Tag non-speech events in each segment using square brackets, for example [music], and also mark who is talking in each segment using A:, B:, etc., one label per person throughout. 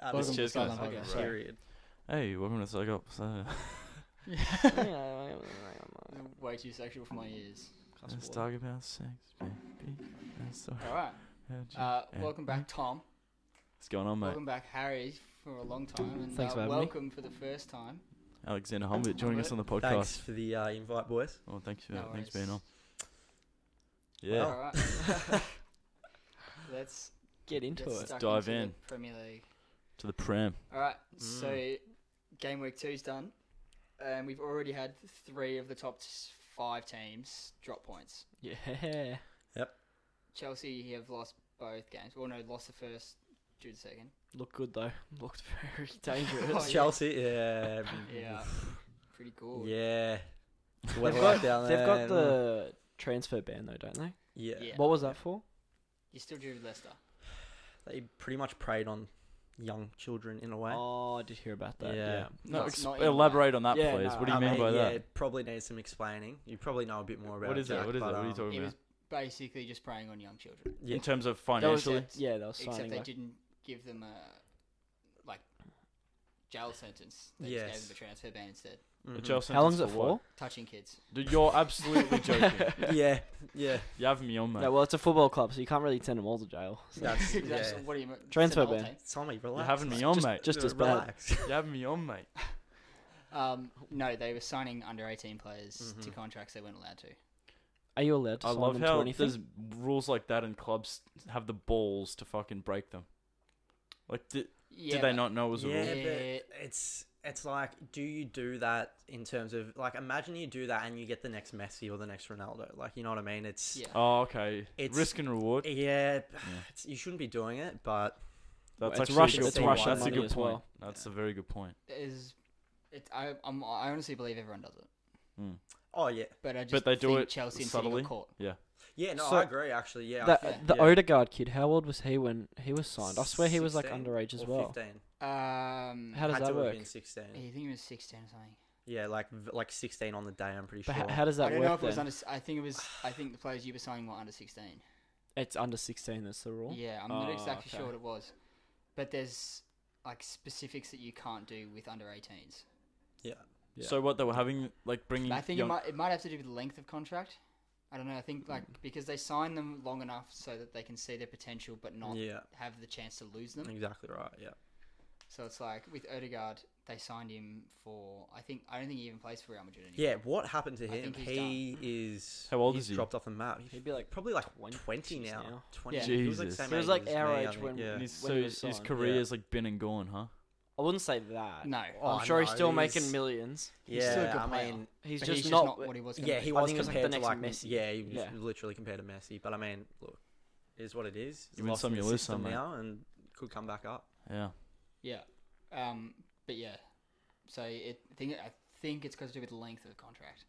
A: I
B: Welcome
A: was
B: to
A: just gonna
B: Southern
A: say
B: Podcast, sorry.
A: Uh, period.
C: Hey, welcome to Psych Up. So,
B: Way too sexual for my ears. Cuss
C: let's
B: word.
C: talk about sex, baby. That's so-
B: All right.
C: how'd you-
B: Uh,
C: Yeah.
B: welcome back, Tom.
C: What's going on, mate?
B: Welcome back, Harry, for a long time. And,
D: Thanks
B: uh,
D: for having me.
B: Welcome for the first time.
C: Alexander Humbert joining us on the podcast.
A: Thanks for the uh, invite,
C: [laughs]
A: boys.
C: Oh, thanks
B: [laughs]
C: for
B: No
C: thanks for
B: worries.
C: being on. Yeah,
B: All
D: [laughs]
B: right. Let's
D: Get into
B: get
D: it.
B: stuck
C: Dive
B: into the
C: in. Mm.
B: Premier League.
C: to the pram.
B: All right. So game week two's done, and we've already had three of the top s- five teams drop points.
D: Yeah. [laughs]
B: Chelsea have lost both games. Well, no, lost the first, drew the second.
D: Looked good though. [laughs] Looked very
B: [laughs]
D: dangerous.
B: Oh, yeah.
A: Chelsea,
C: [laughs]
A: yeah,
B: Yeah. Pretty cool.
A: yeah.
D: they've, got, they've got the [laughs] transfer ban though, don't they?
A: yeah.
B: Yeah.
D: What was that for?
B: You still drew with Leicester.
A: They pretty much preyed on young children in a way.
D: Oh, I did hear about that.
A: Yeah.
D: Yeah.
C: No,
B: Not-
C: ex-
B: not even
C: elaborate on that,
D: Yeah,
C: please.
D: no,
C: what do you
A: I
C: mean
A: mean,
C: by
A: yeah,
C: that?
A: It probably needs some explaining. You probably know a bit more about.
C: What is
A: Jack,
C: that? What is
A: but,
C: that? What are you
A: um,
B: It
C: talking
B: was
C: about?
B: basically just preying on young children,
A: Yeah,
C: In terms of
D: That was
C: financially,
D: it. Yeah, they were
B: except
D: signing
B: they
D: back.
B: didn't give them a like jail sentence. They just
A: Yes.
B: gave them a transfer ban instead.
C: The
A: mhm.
C: jail
D: How long's it
C: sentence
D: for?
C: what?
B: Touching
C: [laughs]
B: kids.
C: Dude, you're
D: [laughs]
C: absolutely joking. [laughs]
A: Yeah, yeah.
C: You have me on, mate.
D: Yeah, well, it's a football club, so you can't really send them all to jail.
C: [laughs]
D: [laughs]
A: That's yeah.
B: [laughs] That's- What do you mean?
D: Transfer
B: Send the whole
D: ban.
A: Tommy, relax.
C: You're having me on,
D: just-
C: mate.
D: just as bad.
A: relax.
C: You're having me on, mate.
B: team? Um, no, they were signing under eighteen players to
A: Mhm.
B: contracts they weren't allowed to.
D: Are you allowed to
C: I
D: sign
C: love
D: them
C: how
D: to anything?
C: [laughs] there's rules like that, and clubs have the balls to fucking break them. Like, did,
B: Yeah,
C: did they
B: but-
C: not know it was a
A: Yeah,
C: rule?
B: Yeah.
A: but it's it's like, do you do that in terms of like, imagine you do that and you get the next Messi or the next Ronaldo, like you know what I mean? It's
B: Yeah.
C: Oh, okay.
A: It's-
C: Risk and reward.
A: yeah, it's, you shouldn't be doing it, but
C: That's
D: It's
C: actually
D: Russia-
C: a good
A: it's
C: point.
A: Russian
C: That's a
A: money
C: good
D: as
C: point.
D: well.
C: That's a very good point.
B: is it, I, I'm, I honestly believe everyone does it,
A: oh yeah,
B: but I just
C: they do
B: think
C: it
B: Chelsea and
C: subtly.
B: City got caught.
A: yeah. No,
D: So-
A: I agree. Actually, yeah. I
D: That,
B: yeah.
D: the
A: Yeah.
D: Odegaard kid, how old was he when he was signed? I swear he was like
A: 16
D: underage as
A: or
D: well.
A: 15.
B: Um,
D: How
A: Had
D: does that
A: to have
D: work?
A: been 16.
B: I think it was 16 or something.
A: Yeah, like v- like 16 on the day, I'm pretty
D: But
A: sure.
D: h- how does
B: I
D: that
B: don't know
D: work
B: if it was
D: then?
B: under. I think it was. I think the players you were signing were under 16.
D: It's under 16, that's the rule.
B: Yeah, I'm not
D: Oh,
B: exactly
D: okay.
B: sure what it was, but there's like specifics that you can't do with under 18s.
D: Yeah.
C: So what they were having, like bringing.
B: I think
C: young-
B: it might it might have to do with length of contract. I don't know. I think like
C: Mm.
B: because they sign them long enough so that they can see their potential, but not
A: yeah,
B: have the chance to lose
C: Mm.
B: them.
A: exactly right. Yeah.
B: So it's like with Odegaard, they signed him for I think I don't think he even plays for Real Madrid anymore.
A: Yeah, what happened to
B: I
A: him?
B: think he's done.
A: He is.
C: How old
A: he's
C: is he?
A: Dropped off the map. He's
D: He'd be like
A: probably like
D: 20
A: 20,
D: now.
A: now.
D: Yeah.
A: 20.
C: Jesus.
A: same
D: He was
A: age
D: like
A: as
D: our
A: me,
D: age
A: I think,
D: when-
A: yeah.
C: and he's-
D: when
C: so
D: he was
C: his his
D: signed.
C: career
A: Yeah.
C: is like been and gone, huh?
D: I wouldn't say that.
B: No.
A: Oh,
D: I'm sure he's
A: no,
D: still making
A: he's-
D: millions.
B: He's still a good
A: Yeah, I
B: player.
A: mean,
D: He's
B: But
D: just, not,
B: what he was. Gonna
A: yeah,
B: be.
A: he
D: I
A: was
D: think it was like the
A: compared
D: next
A: to like
D: Messi.
A: Yeah, he was
D: Yeah.
A: literally compared to Messi. But I mean, look, it is what it is. He's
C: You win
A: lost
C: some,
A: in
C: you
A: the
C: lose
A: system
C: some, mate.
A: now, and could come back up.
C: Yeah.
B: Yeah. Um. But yeah. So it I think I think it's got to do with the length of the contract.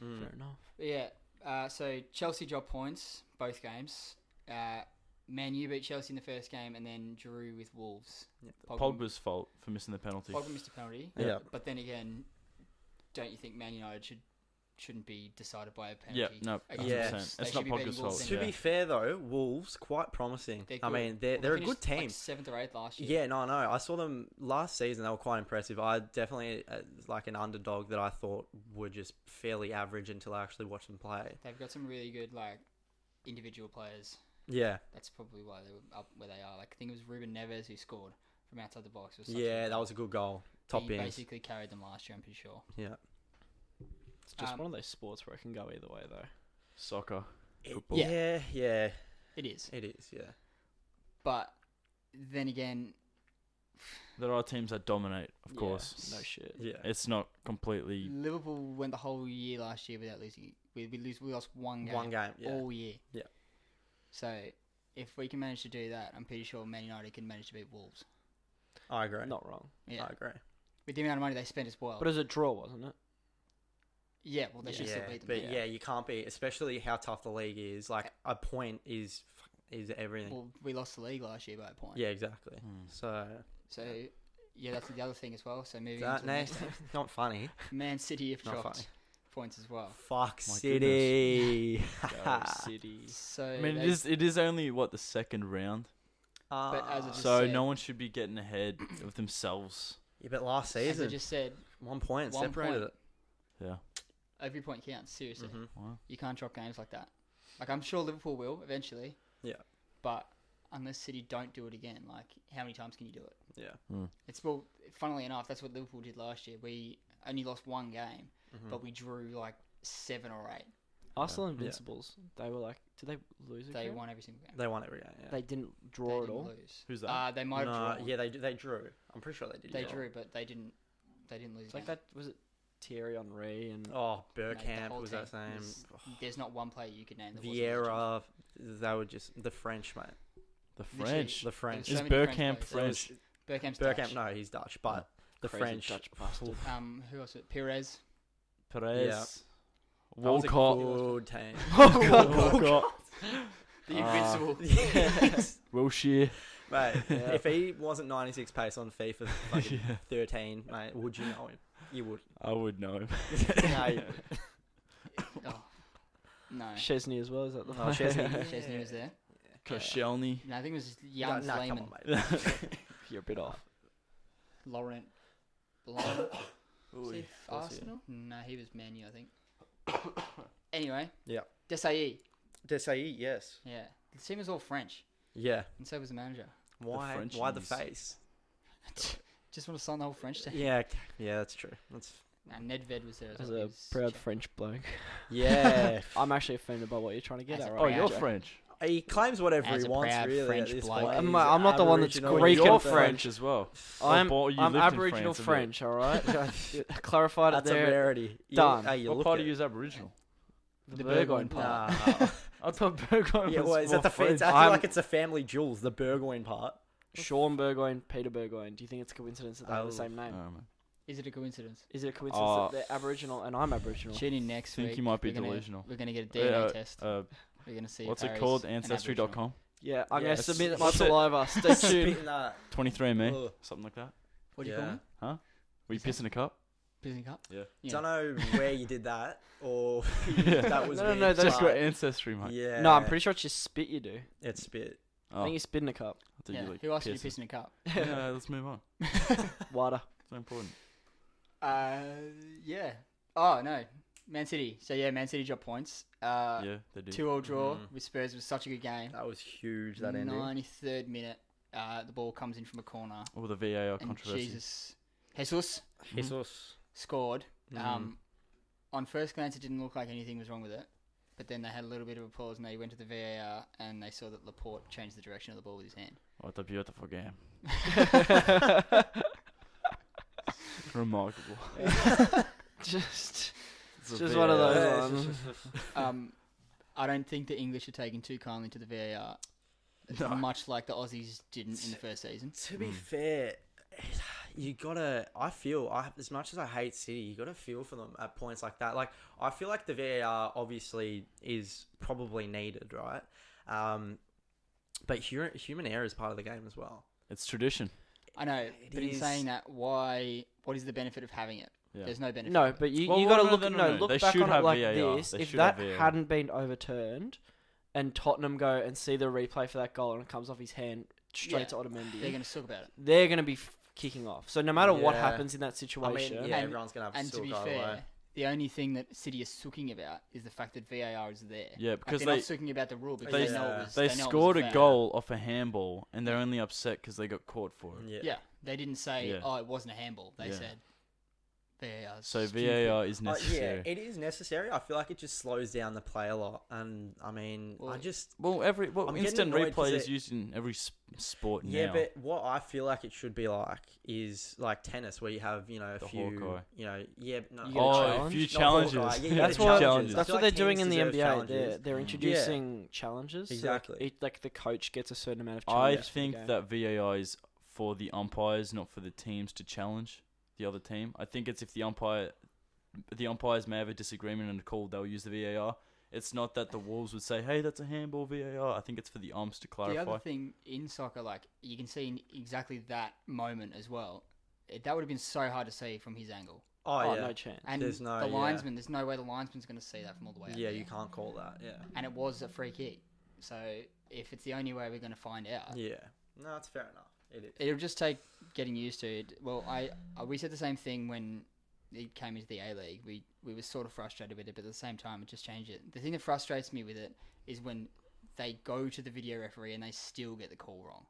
A: Mm.
D: Fair enough.
B: But yeah. Uh, so Chelsea dropped points both games. Uh, Man U beat Chelsea in the first game and then drew with Wolves.
A: Yeah.
C: Pogba's fault for missing the penalty.
B: Pogba missed a penalty.
A: Yeah.
B: But then again, don't you think Man United should shouldn't be decided by a
C: Yeah,
B: penalty?
C: no,
B: against
C: 100%.
B: Wolves? They
C: It's
B: should
C: not
B: be beating
C: Pogba's
B: Wolves
C: fault.
A: To
B: anyway.
A: be
C: Yeah.
A: fair though, Wolves quite promising.
B: They're
A: I
B: good.
A: mean, they're
B: Well,
A: they're a
B: finished,
A: good team.
B: Like seventh or eighth last year.
A: Yeah, no, no. I saw them last season. They were quite impressive. I definitely uh, like an underdog that I thought were just fairly average until I actually watched them play.
B: They've got some really good like individual players.
A: Yeah,
B: That's probably why they were up where they are. Like I think it was Ruben Neves who scored from outside the box. Or something.
A: yeah, that was a good goal. Top
B: he
A: bins.
B: basically carried them last year. I'm pretty sure.
A: Yeah,
D: It's just
B: Um,
D: one of those sports where it can go either way, though.
C: Soccer.
A: It-
C: Football.
A: yeah, yeah.
B: It is,
A: It is. Yeah.
B: but then again,
C: There are teams that dominate, of
D: Yeah,
C: course.
D: No shit.
A: Yeah.
C: It's not completely.
B: Mm. Liverpool went the whole year last year without losing. We we, lose, we lost one game,
A: One game. Yeah.
B: all year.
A: Yeah.
B: So if we can manage to do that, I'm pretty sure Man United can manage to beat Wolves.
A: I agree.
D: Not wrong.
B: Yeah.
A: I agree.
D: Oh.
B: With the amount of money they spent as well.
D: [laughs] But it was a draw, wasn't it?
B: Yeah, well, they should
A: yeah,
B: still beat them.
A: but
B: yeah.
A: yeah. you can't be, especially how tough the league is. Like a point is is everything.
B: Well, we lost the league last year by a point.
A: yeah, exactly.
C: Hmm.
A: So
B: So, yeah, that's the other thing as well. So moving
A: that
B: on to the
A: no,
B: next one.
A: not funny.
B: Man City have
A: Not
B: dropped
A: funny.
B: points as well.
A: Fuck
C: My
A: City. [laughs]
D: Go City.
B: So
C: I mean, it
B: they-
C: is it is only what the second round,
B: But as
A: Ah.
B: I just
C: so
B: said-
C: no one should be getting
B: [coughs]
C: ahead of themselves.
A: yeah, but last
B: as I
A: season,
B: just said,
A: one point
B: one
A: separated
B: point.
C: Yeah.
B: every point counts. Seriously,
A: it. hmm
C: Wow.
B: you can't drop games like that. Like I'm sure Liverpool will eventually.
A: Yeah.
B: But unless City don't do it again, like how many times can you do it?
A: Yeah.
C: Hmm.
B: It's well, funnily enough, that's what Liverpool did last year. We only lost one game,
A: Mhm.
B: but we drew like seven or eight.
D: Arsenal
A: Yeah.
D: Invincibles. They were like, did they lose? a
B: They
D: game?
B: won every single game.
A: They won every game. Yeah.
D: They didn't
B: They
D: draw at
B: didn't
D: all.
B: lose.
C: Who's that?
B: Uh, they might have
A: No,
B: drawn.
A: yeah, they they drew. I'm pretty sure they did.
B: they
A: draw.
B: drew, but they didn't. They didn't lose.
D: It's
B: a
D: like
B: game.
D: that. Was it Thierry Henry and
A: Oh,
B: Mate, the
A: Burkamp
B: whole
A: was that
B: team
A: same.
B: was- There's not one player you could name. That wasn't legend.
A: Vieira. They were just the French mate.
C: The
B: Literally,
C: French.
A: The
B: was
A: French.
B: so
C: is
B: many French
C: Burkamp
B: players.
A: There was-
C: French?
B: Bergkamp's
A: Burkamp.
B: Dutch.
A: No, he's Dutch, but the
D: Crazy
A: French.
D: Dutch bastard?
B: Um, who else? was
A: [laughs]
B: it? Perez.
C: Perez.
A: That was a
C: Walcott. [laughs]
A: good team.
C: Walcott.
B: The
C: Ah.
B: invincible.
A: [laughs]
B: [laughs]
A: Yes.
C: Wilshere.
A: mate,
D: Yeah.
A: if he wasn't 96 pace on FIFA fucking
C: Yeah.
A: 13, mate, would you know him? You would.
C: I would know. him.
A: no, [laughs] you would.
B: Oh, no.
D: Chesney as well? Is that the
A: Oh,
B: [laughs]
A: Chesney.
B: Chesney was there.
C: Koscielny.
B: No, I think it was
A: Nah,
B: Jan
A: nah, come
B: Lehmann,
A: on, mate.
D: [laughs] You're a bit off.
A: [coughs]
B: Laurent Blanc. was he
A: Ooh,
B: Arsenal? No, he was Man U, I think.
A: [coughs]
B: anyway.
A: Yeah.
B: Desailly.
A: Desailly, yes.
B: Yeah. The team was all French,
A: Yeah.
B: and so was the manager. [laughs]
A: Why?
C: Frenchies.
A: why the face?
B: Just want to sign the whole French team.
A: Yeah, okay. yeah, that's true. That's
B: And Nedved was there as,
D: As
B: well. He
D: a
B: was
D: proud
B: Czech.
D: French bloke,
A: yeah.
D: I'm actually offended by what you're trying to get
B: As a
D: at.
C: Oh,
D: Right?
B: proud-
C: you're
B: Yeah.
C: French.
A: [laughs] he claims whatever
B: As
A: he
B: a
A: wants,
B: proud
A: really.
B: French
A: at this
B: bloke.
A: point.
D: I'm-
A: He's
D: I'm not the one that's
A: Aboriginal
D: Greek
A: and
C: You're
D: and
C: French as well.
D: I'm,
C: Or you
D: I'm
C: lived in
D: Aboriginal
C: France a bit.
D: French, all
C: [laughs]
D: right? [laughs] Clarified it
A: That's a
D: there.
A: rarity. You-
D: Done.
A: hey, you
C: what
A: look
C: part
A: at
C: of you is Aboriginal?
D: The Burgoyne
A: it.
D: part. [laughs]
A: Nah.
C: I thought Burgoyne
A: yeah,
C: was
A: well, is
C: more
A: that the fa-
C: French.
A: it's actually
D: I'm-
A: like it's a family jewels, the Burgoyne [laughs] part.
D: Sean Burgoyne, Peter Burgoyne. Do you think it's a coincidence that they have the
A: Oh.
D: same name?
C: Oh, man.
B: Is it a coincidence?
D: Is it a coincidence
C: Uh,
D: that they're Aboriginal and I'm Aboriginal?
B: Tune in next
C: Think
B: week.
C: you might be
B: we're gonna-
C: delusional.
B: We're going to get a DNA
C: Yeah,
B: test.
C: Uh,
B: We're going to see. if
C: what's it
B: Harry's
C: called?
B: an Aboriginal.
C: Ancestry.com.
D: Yeah, I'm
A: Yeah,
D: going to submit my
C: shit.
D: saliva. Stay tuned.
A: Spitting that.
C: 23andMe.
A: Ugh.
C: Something like that.
B: What do you
A: Yeah.
B: call them?
C: Were you
B: Is that-
C: pissing a cup?
B: Pissing cup?
C: Yeah.
B: Yeah.
A: Don't know where you did that [laughs] or
C: yeah. [laughs]
A: that was
D: No, no,
A: weird,
D: no, that's
C: Just
A: but-
C: your ancestry, mate.
A: Yeah.
D: No, I'm pretty sure it's just spit you do.
A: It's spit.
C: Oh,
D: I think you spit in a cup.
C: I thought
B: Yeah,
C: you like
B: Who asked you to
C: [laughs] pissing.
B: piss in a cup?
C: yeah, let's move on.
B: [laughs]
D: Water.
C: [laughs] It's not important.
B: Uh, yeah. Oh no, Man City. So yeah, Man City dropped points. Uh,
C: yeah, they Mm-hmm. do.
B: two all draw
A: Mhm.
B: with Spurs was such a good game.
A: That was huge. That ending.
B: Ninety third minute, uh, the ball comes in from a corner,
C: All the VAR
B: and
C: controversy.
B: Jesus, Jesus
A: Jesus.
B: scored.
C: Mm-hmm.
A: Mhm.
B: Um, on first glance, it didn't look like anything was wrong with it. But then they had a little bit of a pause, and they went to the VAR, and they saw that Laporte changed the direction of the ball with his hand.
C: What a beautiful game. Remarkable. [laughs]
D: just
C: It's a
A: Mm.
D: Just one of
C: VAR.
D: those ones.
B: um, I don't think the English are taking too kindly to the VAR,
C: No.
B: much like the Aussies didn't in the first season.
A: To be
C: Mm.
A: fair, [sighs] you gotta. I feel I, as much as I hate City, you gotta feel for them at points like that. Like I feel like the VAR obviously is probably needed, right? Um, but human human error is part of the game as well.
C: It's tradition.
B: I know,
A: It
B: but in
A: is-
B: saying that, why? What is the benefit of having it?
C: Yeah.
B: There's no
D: [laughs]
B: benefit.
D: no,
B: of it.
D: but you,
C: Well,
D: you
C: well,
D: got to
C: no,
D: look
C: no, no,
D: no,
C: no,
D: look
C: they
D: back
C: should
D: on it
C: have
D: like
C: VAR.
D: this.
C: They
D: if
C: should have
D: that
C: VAR.
D: hadn't been overturned, and Tottenham go and see the replay for that goal and it comes off his hand straight
B: Yeah.
D: to Otamendi,
B: they're going to talk about it.
D: they're going to be f- kicking off. So no matter what
A: Yeah.
D: happens in that
A: I
D: situation,
A: mean, yeah,
B: And-
A: everyone's gonna have
B: And to
A: still
B: be
A: go
B: fair,
A: away.
B: the only thing that City is sooking about is the fact that VAR is there.
C: Yeah,
B: Like,
C: because
B: they're
C: they
B: not sooking about the rule because
A: they-
B: they, know it was.
C: they
B: know it was
C: scored a
B: foul.
C: goal off a handball and they're only upset because they got caught for it.
A: Yeah.
B: Yeah, they didn't say,
C: Yeah.
B: "Oh, it wasn't a handball." They
C: Yeah.
B: said, "VAR." 's
C: So
B: stupid."
C: VAR is
A: Uh,
C: necessary.
A: yeah, it is necessary. I feel like it just slows down the play a lot, and I mean, I
B: Well,
A: just
C: Well, every well,
A: I'm getting
C: instant
A: annoyed 'cause
C: replay is
A: it-
C: used in every s- sport
A: Yeah,
C: now.
A: but what I feel like it should be like is like tennis, where you have you know a
C: The
A: few,
C: Hawkeye.
A: you know, yeah, but no,
D: You get a
A: not
C: oh, a
D: challenge?
C: few
A: Hawkeye,
C: challenges.
A: yeah, you get
D: That's
A: a
D: what-
A: challenges.
D: That's
A: I
D: what
A: feel
D: they're
A: like
D: doing in
A: teams
D: the
A: deserve
D: NBA. They're,
A: challenges.
D: they're
C: Mm.
D: introducing challenges. so, like,
A: Exactly.
D: each- like the coach gets a certain amount of
C: I
D: challenges. for the
C: think
D: game.
C: that VAR is for the umpires, not for the teams to challenge the other team. I think it's if the umpire the umpires may have a disagreement and a call, they'll use the VAR. It's not that the Wolves would say, "Hey, that's a handball VAR." I think it's for the umps to
B: The
C: clarify.
B: other thing in soccer, like you can see in exactly that moment as well. It, that would have been so hard to see from his angle.
A: Oh,
D: Oh,
A: yeah.
D: no chance.
B: And
A: There's no-
B: the
A: yeah.
B: linesman, there's no way the linesman's going to see that from all the way up
A: yeah,
B: there.
A: you can't call that. Yeah.
B: And it was a free kick. So if it's the only way we're going to find
D: Uh,
B: out,
A: Yeah. No, it's fair enough. It is.
B: it'll just take getting used to it. Well, I, I we said the same thing when it came into the A League. We we were sort of frustrated with it, but at the same time, it just changed it. The thing that frustrates me with it is when they go to the video referee and they still get the call wrong.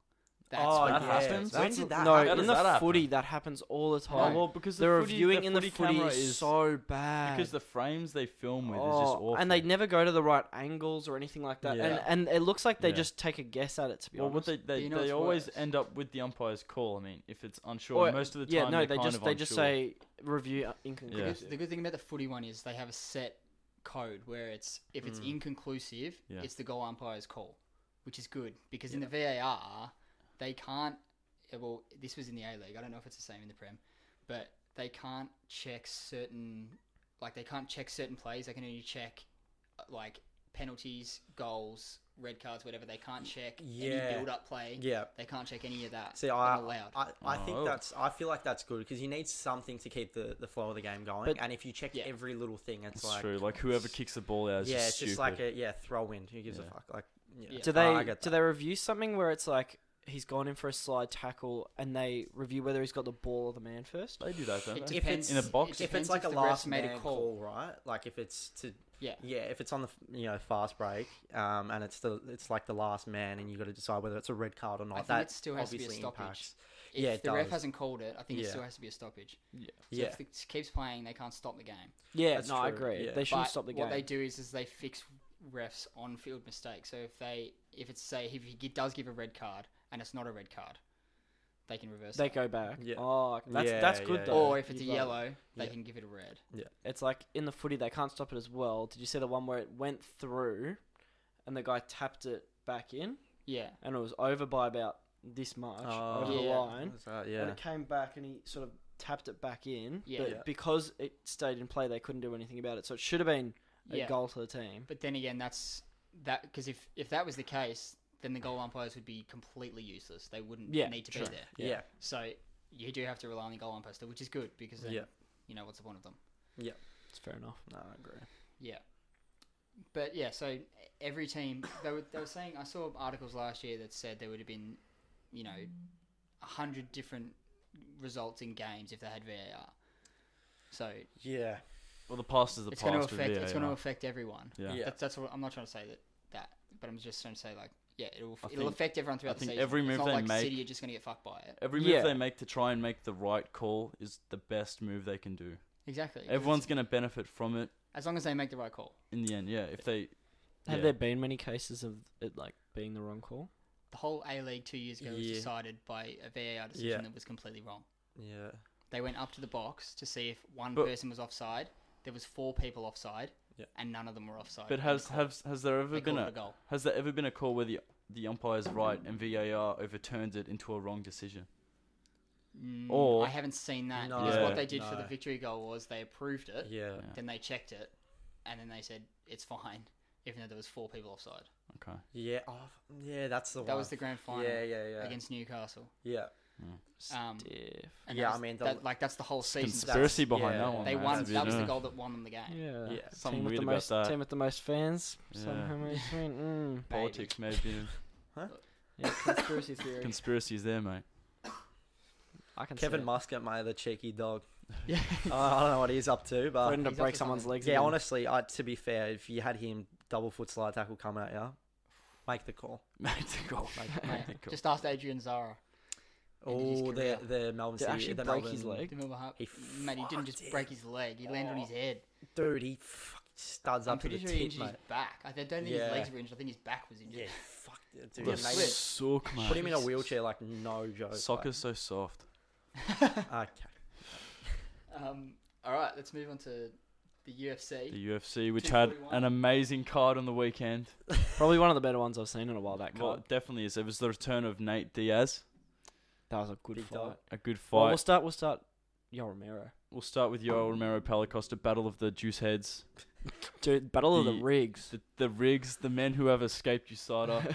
B: That's
C: Oh,
B: what
C: that
B: frustrates
C: happens?
B: me.
A: When
C: That's-
A: did that
D: No,
A: happen?
C: How does
D: in the
C: that happen?
D: footy that happens all the time.
B: No.
C: well, because
D: the,
C: the footy-
D: reviewing
C: the
D: in the
C: footy
D: footy
C: camera
D: is,
C: is-
D: so bad.
C: because the frames they film with is just
D: Oh,
C: awful.
D: and they never go to the right angles or anything like that.
A: Yeah.
D: And and it looks like they
C: Yeah.
D: just take a guess at it. To be
C: well, what
D: honest,
C: they they,
B: you know
C: they
B: what's
C: always
B: worse?
C: end up with the umpire's call. I mean, if it's unsure,
D: Or-
C: most of the time,
D: yeah, no,
C: they're
D: they
C: kind
D: just
C: of
D: they just
C: unsure.
D: say review uh,
B: The,
D: inconclusive.
C: Yeah.
B: good, the good thing about the footy one is they have a set code where it's if it's
A: Mm.
B: inconclusive,
C: Yeah.
B: it's the goal umpire's call, which is good because in the VAR they can't. eh, Well, this was in the A League. I don't know if it's the same in the Prem, but they can't check certain like they can't check certain plays. They can only check uh, like penalties, goals, red cards, whatever. They can't check
A: yeah.
B: any build-up play.
A: Yeah.
B: They can't check any of that.
A: See,
B: They're
A: I,
B: not allowed.
A: I, I think
C: Oh.
A: that's. I feel like that's good because you need something to keep the, the flow of the game going.
D: But-
A: and if you check
B: Yeah.
A: every little thing, it's,
C: It's
A: like
C: true. Like whoever kicks the ball out is
A: yeah,
C: just
A: it's
C: stupid.
A: just like a yeah throw in. Who gives a
C: Yeah.
A: fuck? Like yeah. Oh,
B: Yeah.
D: Do
A: I-
D: they
A: I get
D: do
A: that.
D: they review something where it's like he's gone in for a slide tackle and they review whether he's got the ball or the man first?
C: they do that, don't
B: It
C: they?
B: depends-
C: In a box?
B: it
A: if it's
B: depends
A: like
B: if
A: a
B: the refs
A: last
B: made
A: made
B: a
A: man
B: call.
A: call, right? Like if it's to
B: Yeah.
A: yeah, if it's on the f- you know fast break, um, and it's the it's like the last man, and you got to decide whether it's a red card or not.
B: think
A: that
B: it still has to be a
A: obviously
B: stoppage.
A: impacts.
B: If
A: Yeah, it
B: the ref
A: does.
B: hasn't called it, I think
A: Yeah.
B: it still has to be a stoppage. So
A: Yeah,
B: if it keeps playing, they can't stop the game.
D: Yeah,
A: That's
D: no, I
A: true,
D: agree.
A: yeah.
D: They shouldn't
B: But
D: stop the game.
B: what they do is, is they fix refs on-field mistakes. So if they, if it's say, if he gi- does give a red card and it's not a red card, they can reverse.
D: They
B: that.
D: go back.
A: Yeah.
D: Oh, that's
A: Yeah,
D: that's
A: yeah,
D: good
A: yeah.
D: though.
B: Or if it's a
D: You'd love it.
B: yellow, they
A: Yeah.
B: can give it a red.
D: it's like in the footy they can't stop it as well. Did you see the one where it went through, and the guy tapped it back in,
B: Yeah.
D: and it was over by about this much
A: Oh.
D: over the
B: Yeah.
D: line,
A: What's that?
D: and
A: yeah.
D: it came back and he sort of tapped it back in.
B: Yeah.
D: But
A: Yeah.
D: because it stayed in play, they couldn't do anything about it. So it should have been a
B: Yeah.
D: goal to the team.
B: But then again, that's that because if if that was the case, then the goal umpires would be completely useless. They wouldn't
D: Yeah,
B: need to
D: sure.
B: be there.
A: yeah,
B: So you do have to rely on the goal umpire still, which is good because then
A: Yeah.
B: you know what's the point of them.
D: It's fair enough.
A: No, I agree.
B: Yeah. But yeah, so every team they were they were saying I saw articles last year that said there would have been, you know, a hundred different results in games if they had VAR. So
A: Yeah,
C: well, the past is the
B: it's
C: past.
B: going to
C: with
B: affect it's going to
C: VAR.
B: affect everyone.
C: Yeah.
A: Yeah.
B: That's, that's what I'm not trying to say that that, but I'm just trying to say like yeah, it'll
C: I
B: it'll
C: think-
B: affect everyone throughout
C: I think
B: the season.
C: every move
B: it's not
C: they
B: like
C: make-
B: City are just going to get fucked by it.
C: Every move
D: Yeah.
C: they make to try and make the right call is the best move they can do.
B: Exactly. 'cause it's-
C: Everyone's going to benefit from it
B: as long as they make the right call.
C: in the end. Yeah, if they
D: Have
C: Yeah.
D: there been many cases of it like being the wrong call?
B: The whole A League two years ago was
A: Yeah.
B: decided by a VAR decision
A: Yeah.
B: that was completely wrong.
A: yeah,
B: They went up to the box to see if one
C: But-
B: person was offside. There was four people offside,
A: Yeah.
B: and none of them were offside.
C: But
B: And
C: has
B: they called-
C: has has there ever
B: they
C: been
B: called
C: a,
B: it a goal?
C: has there ever been a call where the the umpire's right and VAR overturns it into a wrong decision?
B: Mm,
C: or-
B: I haven't seen that.
A: No.
B: because
C: Yeah.
B: what they did for the
A: No.
B: victory goal was they approved it,
A: yeah.
C: Yeah.
B: then they checked it, and then they said it's fine, [laughs] even though there was four people offside.
C: Okay.
A: Yeah, oh, yeah, that's the
B: That
A: one.
B: was the grand final
A: Oh, yeah, yeah, yeah,
B: against Newcastle.
A: yeah.
B: Um,
D: Stiff.
B: And
A: Yeah,
B: that
A: I
B: was-
A: mean, the-
B: that, like that's the whole season.
C: Conspiracy
A: that's-
C: behind
A: yeah.
C: that one.
B: They
C: man.
B: won.
C: That's a
B: That was the
C: bit-
B: goal that won them the game.
D: Yeah.
A: Yeah,
C: something
D: team with
C: weird
D: the
C: about
D: most,
C: that.
D: Team with the most fans.
C: Yeah.
D: Somehow managed to win. Mm.
B: Maybe.
C: Politics, maybe.
D: Yeah, conspiracy theory.
C: Conspiracies there, mate. [laughs]
D: I can
A: Kevin
D: see
A: Muscat, mate, the cheeky dog.
B: [laughs] Yeah.
A: I I don't know what he's up to,
D: it.
A: but
D: Threatened to
B: He's up
D: break
B: to
D: someone's
B: something.
D: legs.
A: yeah,
D: again.
A: honestly, I, to be fair, if you had him double foot slide tackle come out, yeah, make the call.
C: Mate, the goal.
A: Make, make
B: Mate,
C: [laughs]
A: the call.
B: Just asked Adrian Zara. ended his
A: Oh, the
B: career.
A: the Melbourne
D: Did it
A: City,
D: actually
A: the
D: break his
A: Melbourne-
D: leg?
B: Did Melbourne Harp-
A: He
B: Mate, he didn't just
A: fucked Oh.
B: break his leg. He landed on his head.
A: Dude, he fucking studs
B: I'm
A: up to
B: pretty
A: the
B: sure he
A: tit,
B: injured
A: mate.
B: his back. I don't think
A: Yeah.
B: his legs were injured. I think his back was injured.
A: Yeah, fuck, it, dude.
C: The
A: Made
B: That's
A: him,
B: it.
C: suck,
A: put him in
C: mate.
A: a wheelchair like no joke.
C: Soccer's so soft.
A: Like, okay.
B: [laughs] Um, all right, let's move on to the UFC.
C: The UFC, which had
B: 241.
C: an amazing card on the weekend.
D: Probably one of the better ones I've seen in a while. That
C: Well,
D: card.
C: it definitely is. It was the return of Nate Diaz.
D: That was a good
A: Big
D: fight.
A: dog.
C: A good
D: Well,
C: fight.
D: we'll start. We'll start Yo Romero.
C: We'll start with Yoel Romero Palacosta, Battle of the Juice Heads.
D: Dude, Battle of
C: The-
D: the Rigs.
C: The, the rigs, the men who have escaped
D: [laughs]
C: USADA,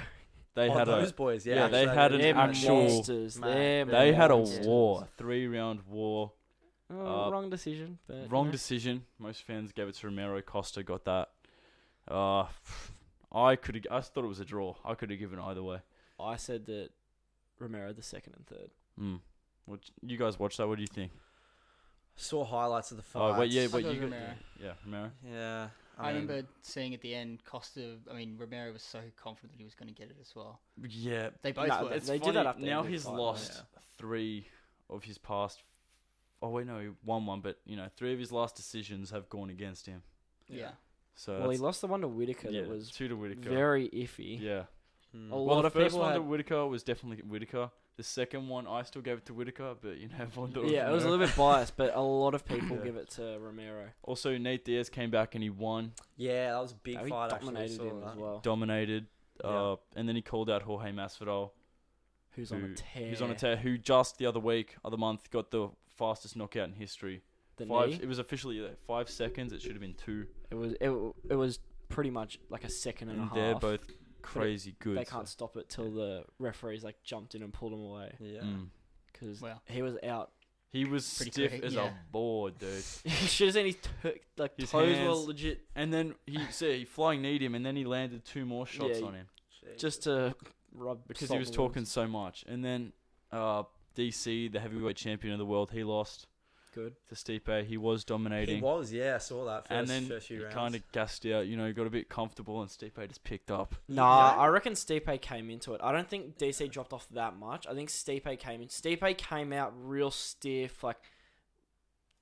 C: they
A: oh,
C: had
A: those
C: a
A: boys, yeah.
C: yeah, they
A: actually,
C: had
A: I
C: an
A: didn't
D: They're
A: remember.
C: actual-
D: monsters.
A: Man,
D: They're
C: they had a
D: monsters.
C: war, a three round war.
D: Oh,
C: Uh,
D: wrong decision. But,
C: Wrong
D: you know.
C: decision. Most fans gave it to Romero. Costa got that. Uh, [sighs] I could. have I thought it was a draw. I could have given either way.
D: I said that Romero the second and third.
C: Mm. What you guys watched that? What do you think?
A: Saw highlights of the fight.
C: Oh wait, yeah,
B: I
C: wait,
B: thought
C: you got,
B: Romero.
C: yeah, Romero.
A: Yeah.
B: I,
A: mean,
B: remember seeing at the end, Costa. I mean, Romero was so confident that he was going to get it as well.
C: Yeah,
B: They both
D: Nah,
B: were.
D: it's-
C: it's
D: They
C: they
D: did that after
C: now
D: every
C: he's
D: fight, right?
C: lost
A: Yeah.
C: three of his past. Oh wait, no, he won one, but you know, three of his last decisions have gone against him.
B: yeah.
A: yeah.
C: So
D: well, he
C: that's-
D: lost the one to Whitaker
C: yeah,
D: that was
C: two to Whitaker.
D: very iffy.
C: yeah.
A: hmm.
D: A
C: Well,
D: lot
C: the
D: of
C: first
D: people
C: one to
D: had,
C: Whitaker was definitely Whitaker. The second one, I still gave it to Whitaker, but you know, [laughs] everyone
D: [laughs]
C: thought
D: yeah, it was a
C: Romero.
D: little bit biased, but a lot of people
C: Yeah.
D: give it to Romero.
C: Also, Nate Diaz came back and he won,
A: Yeah, that was a big
D: Oh, he
A: fight. actually,
D: dominated
A: saw
D: him as
A: that.
D: well.
C: dominated,
A: Yeah.
C: uh, and then he called out Jorge Masvidal,
D: Who's on a
C: who-
D: tear?
C: who's on a tear, who just the other week, other month, got the fastest knockout in history.
D: The
C: five.
D: knee.
C: It was officially uh, five seconds. It should have been two.
D: It was it, w- it was pretty much like a second and,
C: and
D: a half.
C: they're both crazy good.
D: They can't stop it till the referees like jumped in and pulled him away
A: Yeah.
C: so- Mm.
D: because
B: Well.
D: he was out. [laughs]
C: He was
B: Pretty
C: stiff
B: quick,
C: as
B: yeah.
C: a board, dude.
D: you should have seen his t- like
C: His
D: toes were
C: hands-
D: legit
C: And then he said he flying kneed him, and then he landed two more shots
D: Yeah,
C: on him
D: just to rub salt
C: because he
D: in
C: was
D: the wounds.
C: talking so much. And then uh, DC, the heavyweight champion of the world, he lost
D: Good.
C: to Stipe. He was dominating.
A: He was, yeah. I saw that. First,
C: and then
A: first few
C: he
A: rounds.
C: kind of gassed out, you know, got a bit comfortable, and Stipe just picked up.
D: Nah,
A: Yeah.
D: I reckon Stipe came into it. I don't think DC dropped off that much. I think Stipe came in. Stipe came out real stiff, like.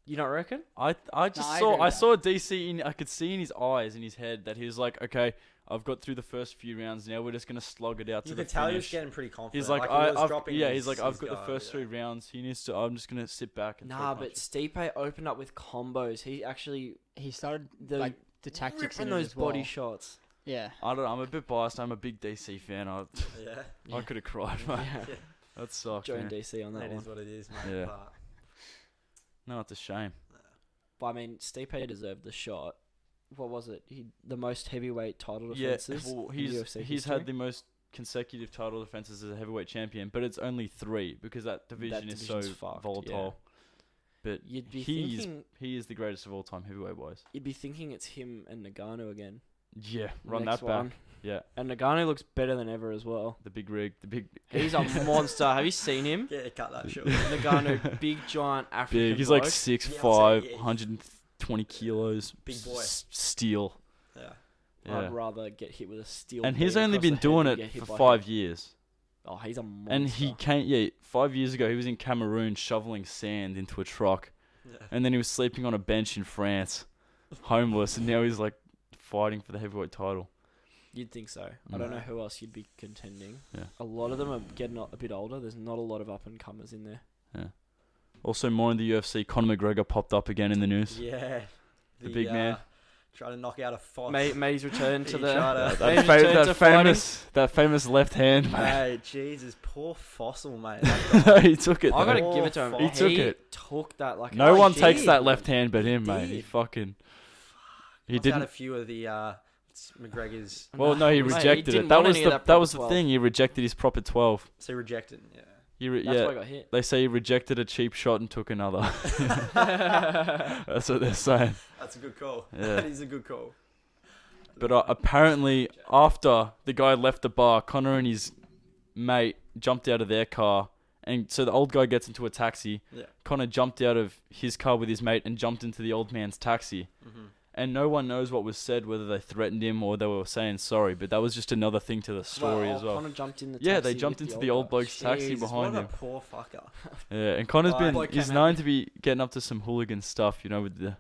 D: You don't reckon?
C: I I just
B: I agree
C: saw
B: with
C: I,
B: that.
C: saw DC in I could see in his eyes in his head that he was like, okay, I've got through the first few rounds. Now we're just gonna slug it out
A: You
C: to the
A: could tell he was
C: finish.
A: getting pretty confident.
C: He's like,
A: he was
C: I, I've,
A: dropping
C: yeah.
A: his-
C: He's like,
A: his
C: I've got the
A: guard,
C: first
A: yeah.
C: three rounds. He needs to. I'm just gonna sit back and. throw
D: Nah, but
C: punches.
D: Stipe opened up with combos. He actually
B: He started
D: the
B: like the tactics in
D: ripping
B: it
D: those
B: as well.
D: body shots.
B: yeah.
C: I don't. know, I'm a bit biased. I'm a big DC fan. I [laughs]
A: Yeah,
C: I
D: Yeah.
C: could have cried. [laughs] Man.
D: Yeah.
A: Yeah.
C: That
D: [laughs]
C: sucked.
D: Join
C: Man.
D: DC on that
A: that
D: one.
A: is what it is, mate.
C: Yeah.
A: But
C: No, it's a shame.
D: But I mean, Stipe deserved the shot. What was it? He the most heavyweight title
C: Yeah,
D: defenses.
C: well,
D: in
C: he's
D: UFC
C: he's had
D: history?
C: the most consecutive title defenses as a heavyweight champion, but it's only three because that division is so
D: division's fucked, yeah.
C: volatile. But
D: You'd be
C: he's
D: thinking
C: he is the greatest of all time heavyweight wise.
D: you'd be thinking it's him and Nagano again.
C: Yeah, run
D: Next
C: that back.
D: one.
C: Yeah,
D: And Nagano looks better than ever as
C: [laughs]
D: well.
C: the big rig, the big.
D: He's
C: [laughs]
D: a monster. Have you seen him?
A: yeah, cut that short.
D: Nagano, big giant African.
C: big. He's
D: bloke.
C: like six
A: Yeah, I'd say,
C: five,
A: yeah, he's-
C: 120 kilos.
A: Big boy.
C: S- steel.
A: yeah,
C: Yeah.
D: I'd rather get hit with a steel.
C: And he's
D: beam
C: only
D: across the
C: been
D: head
C: doing
D: than get
C: it
D: hit
C: for
D: by
C: five
D: him.
C: years.
D: Oh, he's a monster.
C: And he came, yeah, five years ago, he was in Cameroon shoveling sand into a truck.
A: yeah.
C: And then he was sleeping on a bench in France, homeless. and now he's like fighting for the heavyweight title.
D: You'd think so. I don't
A: Mm.
D: know who else you'd be contending.
C: Yeah.
D: A lot of them are getting a bit older. There's not a lot of up and comers in there.
C: Also, more in the UFC, Conor McGregor popped up again in the news.
A: yeah. uh,
C: The big man.
A: trying to knock out a fox.
D: May,
A: [laughs]
D: May's return to
A: He
D: the
A: tried to-
C: That,
D: They
C: that
D: just
C: fa-
D: turned
C: that
D: to fighting.
C: famous, that famous left hand, man.
A: Mate, Jesus, poor fossil, mate.
C: [laughs] he took it.
D: I
C: though.
D: gotta
A: Oh,
D: give it to him.
A: He
C: took
D: He
C: it.
D: Took that like
C: No
A: Oh,
C: one
A: he
C: takes
A: did.
C: that left hand but him, mate. He
A: did.
C: fucking. He
A: I've had a
C: didn't.
A: few of the uh, McGregor's,
C: Well, no, he
D: Mate, he
C: rejected
D: didn't
C: it. That
D: want
C: was
D: any
C: the
D: of
C: that,
D: that proper
C: was the
D: 12.
C: thing. He rejected his proper twelve.
A: so rejected. Yeah,
C: He re-
D: That's
C: yeah,
D: why I got
C: [laughs]
D: hit.
C: they say he rejected a cheap shot and took another. [laughs] That's what they're saying.
A: that's a good call. [laughs]
C: Yeah.
A: that is a good call.
C: But uh, apparently, after the guy left the bar, Connor and his mate jumped out of their car, and so the old guy gets into a taxi.
A: Yeah.
C: Connor jumped out of his car with his mate and jumped into the old man's taxi.
A: Mhm.
C: And no one knows what was said, whether they threatened him or they were saying sorry. But that was just another thing to the story
A: oh,
D: Well,
C: as well.
D: Connor jumped in the
C: Yeah, they
D: taxi
C: jumped
D: with
C: into the old
D: guy.
C: bloke's taxi
A: Jesus,
C: behind
A: what
C: him.
A: a poor
C: [laughs]
A: fucker.
C: Yeah, and Connor's
A: Alright.
C: been
A: Oh, Boy
C: he's
A: came out.
C: known to be getting up to some hooligan stuff, you know, with the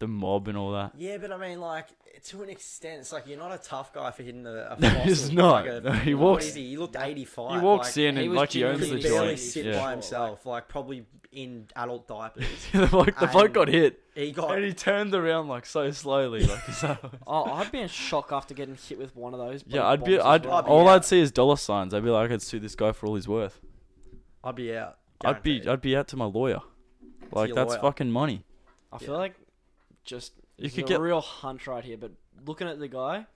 C: the mob and all that.
A: Yeah, but I mean, like to an extent, it's like you're not a tough guy for hitting a, a
C: No,
A: fossil.
C: he's not.
A: Like a-
C: No, he
A: what
C: walks-
A: is he? He looked 85.
C: he walks
A: like,
C: in
D: he
C: and
D: was
C: like he owns
A: He
C: the
A: could
D: genuinely
A: barely
C: joint.
D: just
A: sit
D: like-
C: Yeah.
A: by himself, like probably in adult diapers.
C: [laughs] the bloke, the bloke got
A: And
C: hit, [laughs]
A: He got
C: and he turned around like so slowly. Like [laughs] he's like-
D: Oh, I'd be in shock after getting hit with one of those.
C: yeah,
D: bloody
C: I'd be,
D: bombs as
C: I'd
D: well.
A: I'd be
C: all
A: out.
C: I'd see is dollar signs. I'd be like, I could sue this guy for all he's worth.
A: I'd be out.
C: I'd be,
A: guaranteed.
C: I'd be out to my lawyer. Like
A: your
C: that's
A: lawyer.
C: fucking money.
D: I feel
A: Yeah.
D: like just
C: You
D: you
C: could
D: could
C: get-
D: a real hunt right here. But looking at the guy,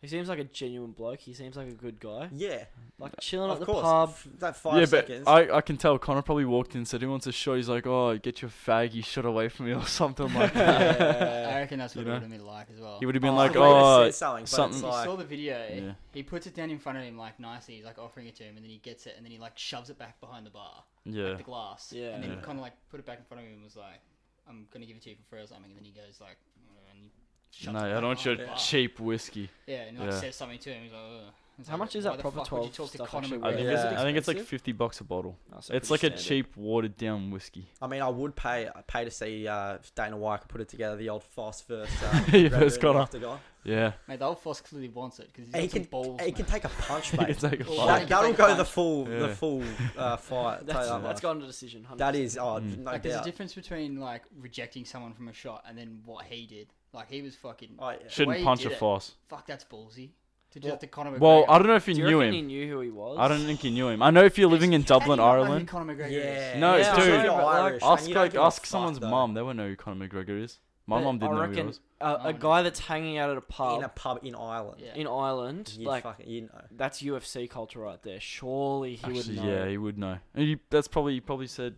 D: he seems like a genuine bloke. He seems like a good guy.
A: Yeah,
D: Like chilling
A: of
D: at the
A: course.
D: pub.
A: F- that five
C: yeah,
A: seconds.
C: but I, I can tell Connor probably walked in said he wants a shot. He's like, oh, get your faggy shot away from me [laughs] or something like that.
B: Yeah, I reckon that's what it
C: You know?
B: would have been like as well.
C: he would have been
A: Oh, [laughs]
C: like,
A: the way to
C: oh,
A: say something, but
C: something-
A: It's
B: You
A: like,
B: saw the video.
C: Yeah.
B: He puts it down in front of him like nicely. He's like offering it to him, and then he gets it, and then he like shoves it back behind the bar,
C: yeah,
B: the glass.
D: Yeah.
B: And then
C: Yeah.
B: he kind of like put it back in front of him and was like, "I'm gonna give it to you for free or something." And then he goes like, "Mm," and he shoves
C: no,
B: it
C: I
B: back
C: don't want your
B: behind the bar.
C: cheap whiskey.
B: Yeah, and he, like
C: Yeah.
B: says something to him. He's like, Ugh. It's
D: How
B: like,
D: much is
B: why
D: that
B: the
D: proper
B: fuck would you
D: 12
B: talk to
D: stuff
B: Conor
D: actually
C: I
D: worth?
B: McGregor?
C: think,
A: Yeah.
C: it's,
A: Is it
C: I think it's like
D: expensive?
C: fifty bucks a bottle.
D: Oh, so
C: It's like a
D: pretty standard.
C: cheap, watered down whiskey.
A: I mean, I would pay pay to see uh, if Dana White could put it together. The old Foss versus uh,
C: [laughs] Yeah,
A: Red
C: versus
A: Moon
C: Connor. [laughs]
A: Octagon.
C: Yeah,
B: Mate, the old Foss clearly wants it because he's got
A: He
B: some
A: can
B: balls.
A: he can
B: mate.
A: take a
C: [laughs]
A: punch,
C: you can
A: mate.
C: take a
B: Well,
C: fight.
A: that,
B: can
A: that'll
B: take a
A: go
C: [laughs]
B: punch.
A: the full
C: Yeah.
A: the full
C: [laughs]
A: uh, fight. tell
D: That's,
A: you that
D: that's
A: much.
D: gone to decision. 100%.
A: That is oh
C: Mm.
A: no
B: like, there's a
A: doubt.
B: difference between like rejecting someone from a shot and then what he did. Like, he was fucking
A: Oh, yeah.
B: way
C: Shouldn't
B: he
C: punch a
B: did it.
C: foss.
B: fuck. That's ballsy to do
D: Well-
B: that to Conor McGregor.
C: Well, I don't know if you
D: Do you
C: knew
D: reckon
C: him.
D: He knew who he was.
C: I don't think you knew him. I know if you're living in
B: How do
C: Dublin,
B: you not know who
C: Ireland.
B: Conor McGregor is?
A: Yeah,
C: No, it's
A: yeah,
C: dude.
A: You're
D: Like,
A: Irish, and
C: Ask
A: you don't
C: like,
A: give a
C: ask
A: fuck,
C: someone's
A: though.
C: mom. They won't know who Conor McGregor is. My
D: But
C: mom didn't
D: I
C: know who he
D: reckon
C: was.
D: uh,
B: Oh,
D: a
B: no.
D: guy that's hanging out at a
A: in a
D: pub
A: pub in Ireland.
B: Yeah.
D: in Ireland,
A: You
D: like
A: fucking you know.
D: that's UFC culture right there. Surely he
C: Actually,
D: would know.
C: yeah, he would know. And he, that's probably he probably said.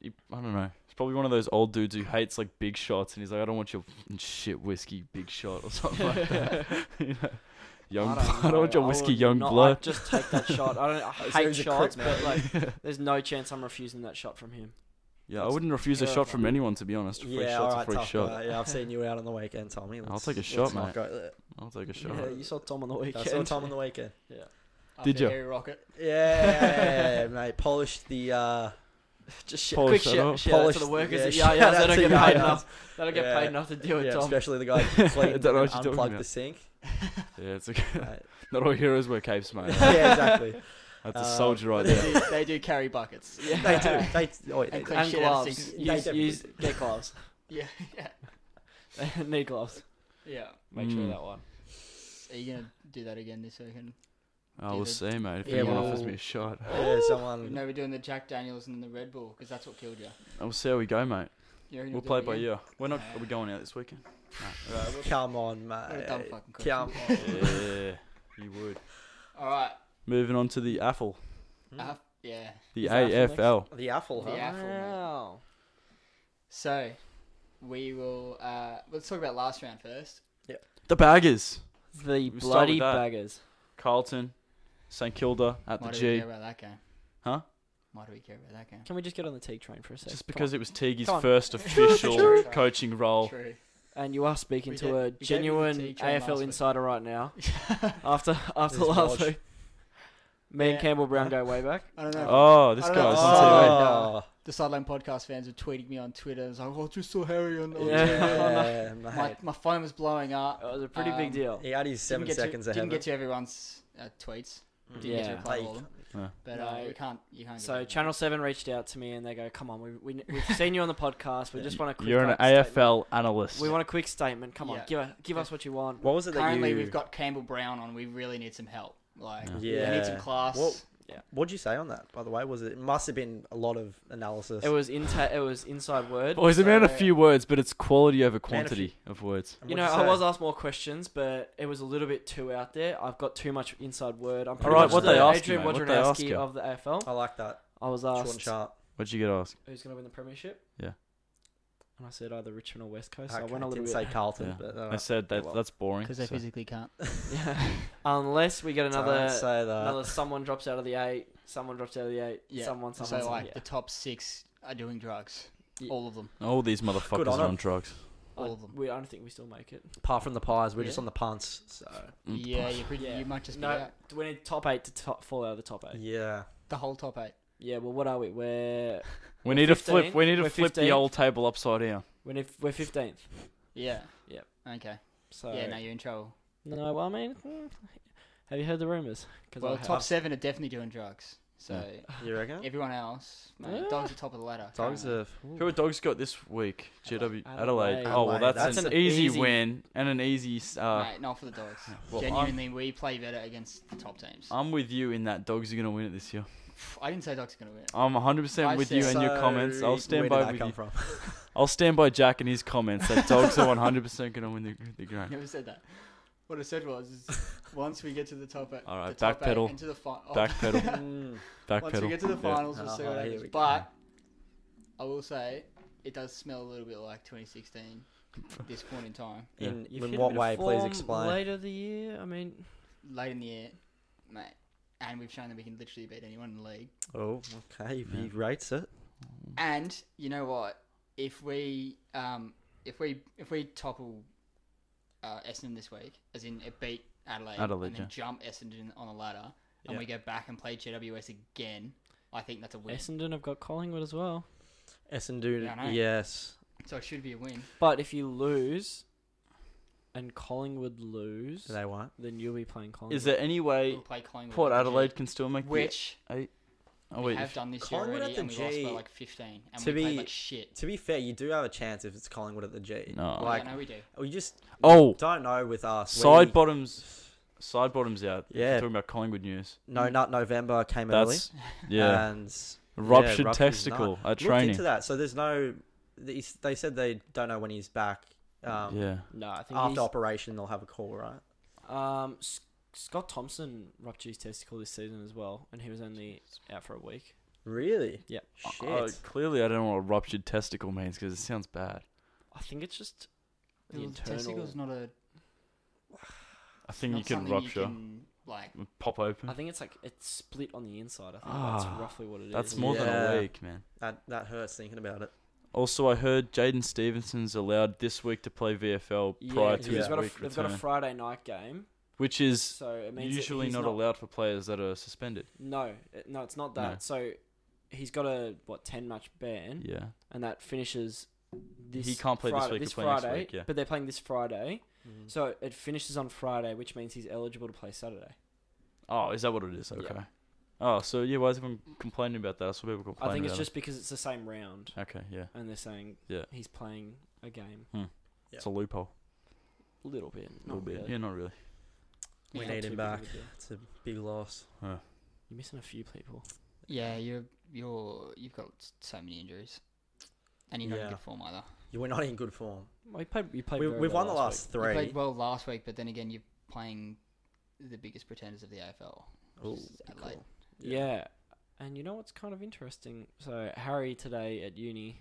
C: He, I don't know. He's probably one of those old dudes who hates like big shots, and he's like, I don't want your fucking shit whiskey big shot or something
D: [laughs]
C: like that. [laughs] you know? Young, blood. [laughs] I don't want your
D: know. I
C: whiskey,
D: would
C: young
D: not-
C: blood.
D: I'd just take that shot. I
C: [laughs]
D: don't. I
A: As
D: hate
A: soon as a crook,
D: shots, but [laughs] like, there's no chance I'm refusing that shot from him.
C: yeah, I wouldn't refuse a shot from
D: terrifying.
C: anyone to be honest. A free
A: Yeah,
C: shot's
A: all right,
C: a free
A: tough
C: shot.
A: guy. Yeah, I've seen you out on the weekend, Tommy.
C: I'll
A: Let's-
C: take a
A: let's
C: shot,
A: not
C: mate.
A: go there.
C: I'll take a shot.
D: Yeah, you saw Tom on the
A: I
D: weekend.
A: saw Tom on the
D: [laughs]
A: weekend.
B: After
C: Did ya?
B: Harry Rocket.
A: Yeah, mate. Polished the uh,
D: Just shit, quick
C: Polish that
D: shit,
C: up.
D: shout out
A: Polish-
D: to the workers
A: yeah,
D: at
A: shout
D: Yaya.
A: out
D: They don't
A: to
D: get
A: Yayas.
D: paid enough. They don't get
A: Yeah.
D: paid enough to deal with
A: yeah,
D: Tom.
A: especially the guy
C: [laughs]
A: who
C: I
A: cleaned
C: don't know
A: and
C: what you're talking
A: unplugged
C: about.
A: the
C: [laughs]
A: sink.
C: Yeah, it's okay.
A: Mate.
C: [laughs] Not all heroes wear capes,
D: [laughs]
C: mate.
A: [laughs] yeah, exactly.
C: That's a
A: Uh,
C: soldier right
B: They
C: there.
B: do, they do
D: [laughs]
B: carry buckets.
D: Yeah.
A: They do. They, oh, wait,
D: [laughs]
A: they
B: And
A: do.
B: clean
D: And
B: shit out of
D: gloves.
B: sinks.
A: They
D: Use,
A: definitely
D: use, get gloves.
B: [laughs]
D: [laughs]
B: Yeah, yeah,
D: Need gloves.
B: yeah.
D: Make sure
C: Mm.
D: of that one.
B: Are you gonna do that again this weekend?
C: I will
B: Dude,
C: Oh, see, mate. If
A: Yeah,
C: anyone
A: well-
C: offers me a shot,
A: Yeah, someone.
B: No, we're doing the Jack Daniels and the Red Bull because that's what killed you.
C: I'll see how we go, mate.
B: you reckon
C: We'll
B: you'll
C: play
B: do
C: it by
B: it again?
C: ear. We're not. Are we going out this weekend?
A: uh, Come on,
B: What a dumb
A: mate.
B: fucking question.
A: Come
C: yeah,
A: on.
C: you would.
B: [laughs] All right.
C: Moving on to the AFL,
A: Hmm?
B: Uh, yeah.
C: the
D: Is AFL next?
C: AFL.
A: The apple, huh?
B: The apple, mate.
D: Wow.
B: So we will. Uh, let's talk about last round first.
C: The Baggers,
D: The
C: with
D: bloody
C: that.
D: baggers.
C: Carlton, St Kilda at
B: Why
C: the
B: do we
C: G.
B: care about that game?
C: Huh?
B: Why do we care about that game?
D: Can we just get on the T train for a second?
C: Just because it was Teague's
D: Come on.
C: first
B: True.
C: official coaching role.
B: True. [laughs]
D: And you are speaking
B: We
D: to
B: gave- we
D: a
B: gave you the
D: genuine
B: tea train last
D: AFL
B: week.
D: insider right now. [laughs] after after
A: This
D: last
A: Bodge.
D: week, me and
B: Yeah.
D: Campbell Brown go way back.
B: I don't know.
C: Oh, this
B: I don't
C: guy's
B: know.
C: on TV.
A: Oh,
B: the sideline podcast fans were tweeting me on Twitter. I was like, oh, I just saw Harry on. on
D: Oh. [laughs] Yeah.
B: Twitter."
A: yeah, [laughs] mate.
B: [laughs] my, my phone was blowing
D: It
B: up.
D: was a pretty
B: Um,
D: big deal.
A: He had his
B: Didn't
A: seven
B: get to-
A: seconds ahead.
B: Didn't get to everyone's uh, tweets,
D: didn't get to reply
A: Mm. Like,
B: all of but uh,
D: No.
B: we can't. You can't. get
D: So
B: everyone.
D: Channel Seven reached out to me and they go, "Come on, we, we we've seen you on the podcast. We just want a quick.
C: You're an
D: like,
C: AFL
D: statement.
C: analyst.
D: We want a quick statement. Come on,
B: Yeah.
D: give a, give us what you want.
A: What was it that
B: Currently,
A: you?
B: we've got Campbell Brown on. We really need some help. Like,
A: Yeah.
B: we need some class.
A: Well, What'd you say on that? By the way, was it, it must have been a lot of analysis.
D: It was inta- It was inside word.
C: Boys, a man of
B: So-
C: few words, but it's quality over
A: Man of
C: quantity of words.
A: And
D: You know,
A: what'd
D: I
A: say?
D: was asked more questions, but it was a little bit too out there. I've got too much inside word. I'm pretty
A: Alright,
D: much
A: what
D: the
A: they
C: asked
D: Adrian
C: you, mate, what they asked
D: Wojnarowski
C: you.
D: of the AFL.
A: I like that.
D: I was
A: Short and
D: asked
A: sharp.
C: What'd you get asked?
D: who's going to win the premiership.
C: Yeah.
D: And I said either Richmond or West Coast.
A: Okay,
D: I went a little
A: didn't
D: bit.
A: say Carlton,
C: Yeah.
A: but [laughs]
C: I [laughs]
A: uh,
C: said that
D: well,
C: that's boring.
B: because they
C: so-
B: physically can't.
D: [laughs] Yeah. Unless we get
A: don't
D: another
A: say uh, that.
D: another someone drops out of the eight, someone drops out of the eight,
B: Yeah.
D: someone,
B: So,
D: someone, someone.
B: like, the top six are doing drugs.
D: Yeah.
B: All of them.
C: All these motherfuckers
A: on
C: are
A: him.
C: on drugs.
D: yeah.
B: all of them.
D: We, I don't think we still make it.
A: apart from the pies, we're just
D: Yeah.
A: on the punts. So
C: Mm,
B: Yeah, you're pretty,
D: Yeah.
B: you might just be
D: No.
B: out.
D: Do we need top eight to top, fall out of the top eight?
A: yeah,
B: the whole top eight.
D: Yeah. Well, what are we? We're
C: We need to
D: 15.
C: flip. We need to
D: We're
C: flip the
D: 15.
C: old table upside down.
D: we're nif- we're fifteenth.
B: Yeah.
D: Yep.
B: Okay.
D: So
B: Yeah, now you're in trouble.
D: no. Well, I mean, mm, have you heard the rumors?
B: Well,
D: I
B: top
D: have.
B: seven are definitely doing drugs. So
A: You reckon?
B: everyone else, mate,
D: Yeah.
B: dogs are top of the ladder.
A: Dogs
B: currently.
A: are.
C: Who
A: ooh.
C: have dogs got this week? JW Adelaide.
D: Adelaide.
C: Oh well,
A: Adelaide.
C: that's,
A: That's
D: an
C: an, easy,
D: easy-
C: win and an easy. s- Uh,
B: mate, not for the dogs.
C: well, I'm-
B: Genuinely, we play better against the top teams.
C: I'm with you in that dogs are gonna win it this year.
B: I didn't say dogs are gonna win.
C: I'm 100
B: I
C: percent with you
B: said-
C: and your comments. I'll
A: So,
C: stand
A: where
C: by
A: did that
C: with
A: come
C: you.
A: from?
C: I'll stand by Jack and his comments that dogs are 100 percent gonna win the the
B: I [laughs]
C: game.
B: never said that. What I said was, is
C: [laughs]
B: once we get to the top eight,
C: All right,
B: the top eight
C: backpedal.
B: and to the fi- oh,
C: Backpedal.
A: Mm.
C: Backpedal.
B: once we get to the
C: Yeah.
B: finals, we'll see
A: Oh,
B: what
A: here
B: happens.
A: we go.
B: But I will say, it does smell a little bit like
C: [laughs]
B: 2016 at this point in time.
C: Yeah.
A: In,
D: You've
A: in
D: hit a
A: what
D: bit of
A: way? Please
D: form
A: explain.
D: Later the year, I mean,
B: Late in the year, mate, and we've shown that we can literally beat anyone in the league.
A: Oh, okay. He
C: Yeah.
A: rates it.
C: Mm.
B: And you know what? If we um, if we if we topple uh, Essendon this week, as in it beat Adelaide,
C: Adelaide,
B: and then
C: yeah.
B: jump Essendon on the ladder, and
A: Yeah.
B: we go back and play GWS again, I think that's a win.
D: Essendon have got Collingwood as well.
A: Essendon.
B: Yeah, I know.
A: yes.
B: so it should be a win.
D: But if you lose, and Collingwood lose,
A: They won't.
D: then you'll be playing Collingwood.
C: Is there any way
B: We'll play Collingwood.
C: Port
B: at the G,
C: Adelaide can still make the-
B: which
C: Oh
B: we
C: wait,
B: have
C: if-
B: done this year
A: Collingwood at
B: already,
A: the
B: and we lost
A: G,
B: by like fifteen, and
A: to
B: we played
A: be-
B: like shit.
A: To be fair, you do have a chance if it's Collingwood at the G.
C: No.
A: Like
B: yeah, no, we do.
A: we just
C: Oh.
A: don't know with us.
C: side
A: We-
C: bottoms, side bottoms out. if
A: Yeah.
C: we're talking about Collingwood news.
A: No Nut November came early.
C: That's
A: [laughs] Uh,
C: yeah.
A: And
C: ruptured
A: rupture's
C: testicle at
A: looked
C: training.
A: into that. So there's no. They they said they don't know when he's back. Um,
C: yeah.
D: No, I think
A: After
D: he's-
A: operation, they'll have a call, right?
D: Um, S- Scott Thompson ruptured his testicle this season as well, and he was only out for a week.
A: Really?
D: Yeah.
A: Shit.
C: Uh, clearly, I don't know what a ruptured testicle means because it sounds bad.
D: I think it's just the
B: The
D: internal.
B: testicle's not a.
C: I think
B: not
C: you can
B: something
C: rupture,
B: can, like
C: pop open.
D: I think it's like it's split on the inside. I think
C: Mm. Ah,
D: that's roughly what it is.
C: That's more than
A: Yeah.
C: a week, man.
A: that that hurts thinking about it.
C: Also, I heard Jaden Stevenson's allowed this week to play VFL prior to
A: yeah.
C: his
D: They've got a,
C: week
D: they've got
C: return,
D: a Friday night game,
C: which is
D: so it means that
C: usually
D: he's
C: not, allowed for players that are suspended.
D: No, it- no, it's not that.
C: No.
D: So he's got a what ten match ban,
C: Yeah,
D: and that finishes this.
C: He can't play this
D: Friday-
C: week,
D: This
C: he'll play next
D: Friday,
C: week, yeah.
D: but they're playing this Friday,
A: Mm.
D: so it finishes on Friday, which means he's eligible to play Saturday.
C: Oh, is that what it is?
D: Yeah.
C: Okay. Oh, so yeah, why is everyone complaining about that? That's what people complain
D: I think it's
C: about
D: just because it's the same round,
C: it. Okay, yeah.
D: and they're saying
C: Yeah.
D: he's playing a game
A: Yeah.
C: It's a loophole.
D: a little bit,
C: A little
D: not
C: bit.
D: really.
C: Yeah, not really.
A: We
B: Yeah.
A: need
D: Too
A: him
D: big of a
A: back.
D: deal.
A: It's a big loss.
D: You're missing a few people.
B: Yeah, you're you're you've got s- so many injuries, and you're not in
A: Yeah.
B: good form either.
A: You were not in good form.
D: Well, you played. You played.
A: We,
D: very
A: we've
D: well
A: won the last
B: You
A: three.
B: played well last week, but then again, you're playing the biggest pretenders of the AFL.
A: Ooh,
B: which is
A: be
B: Adelaide.
A: cool.
D: week. Yeah. and you know what's kind of interesting? So Harry today at uni,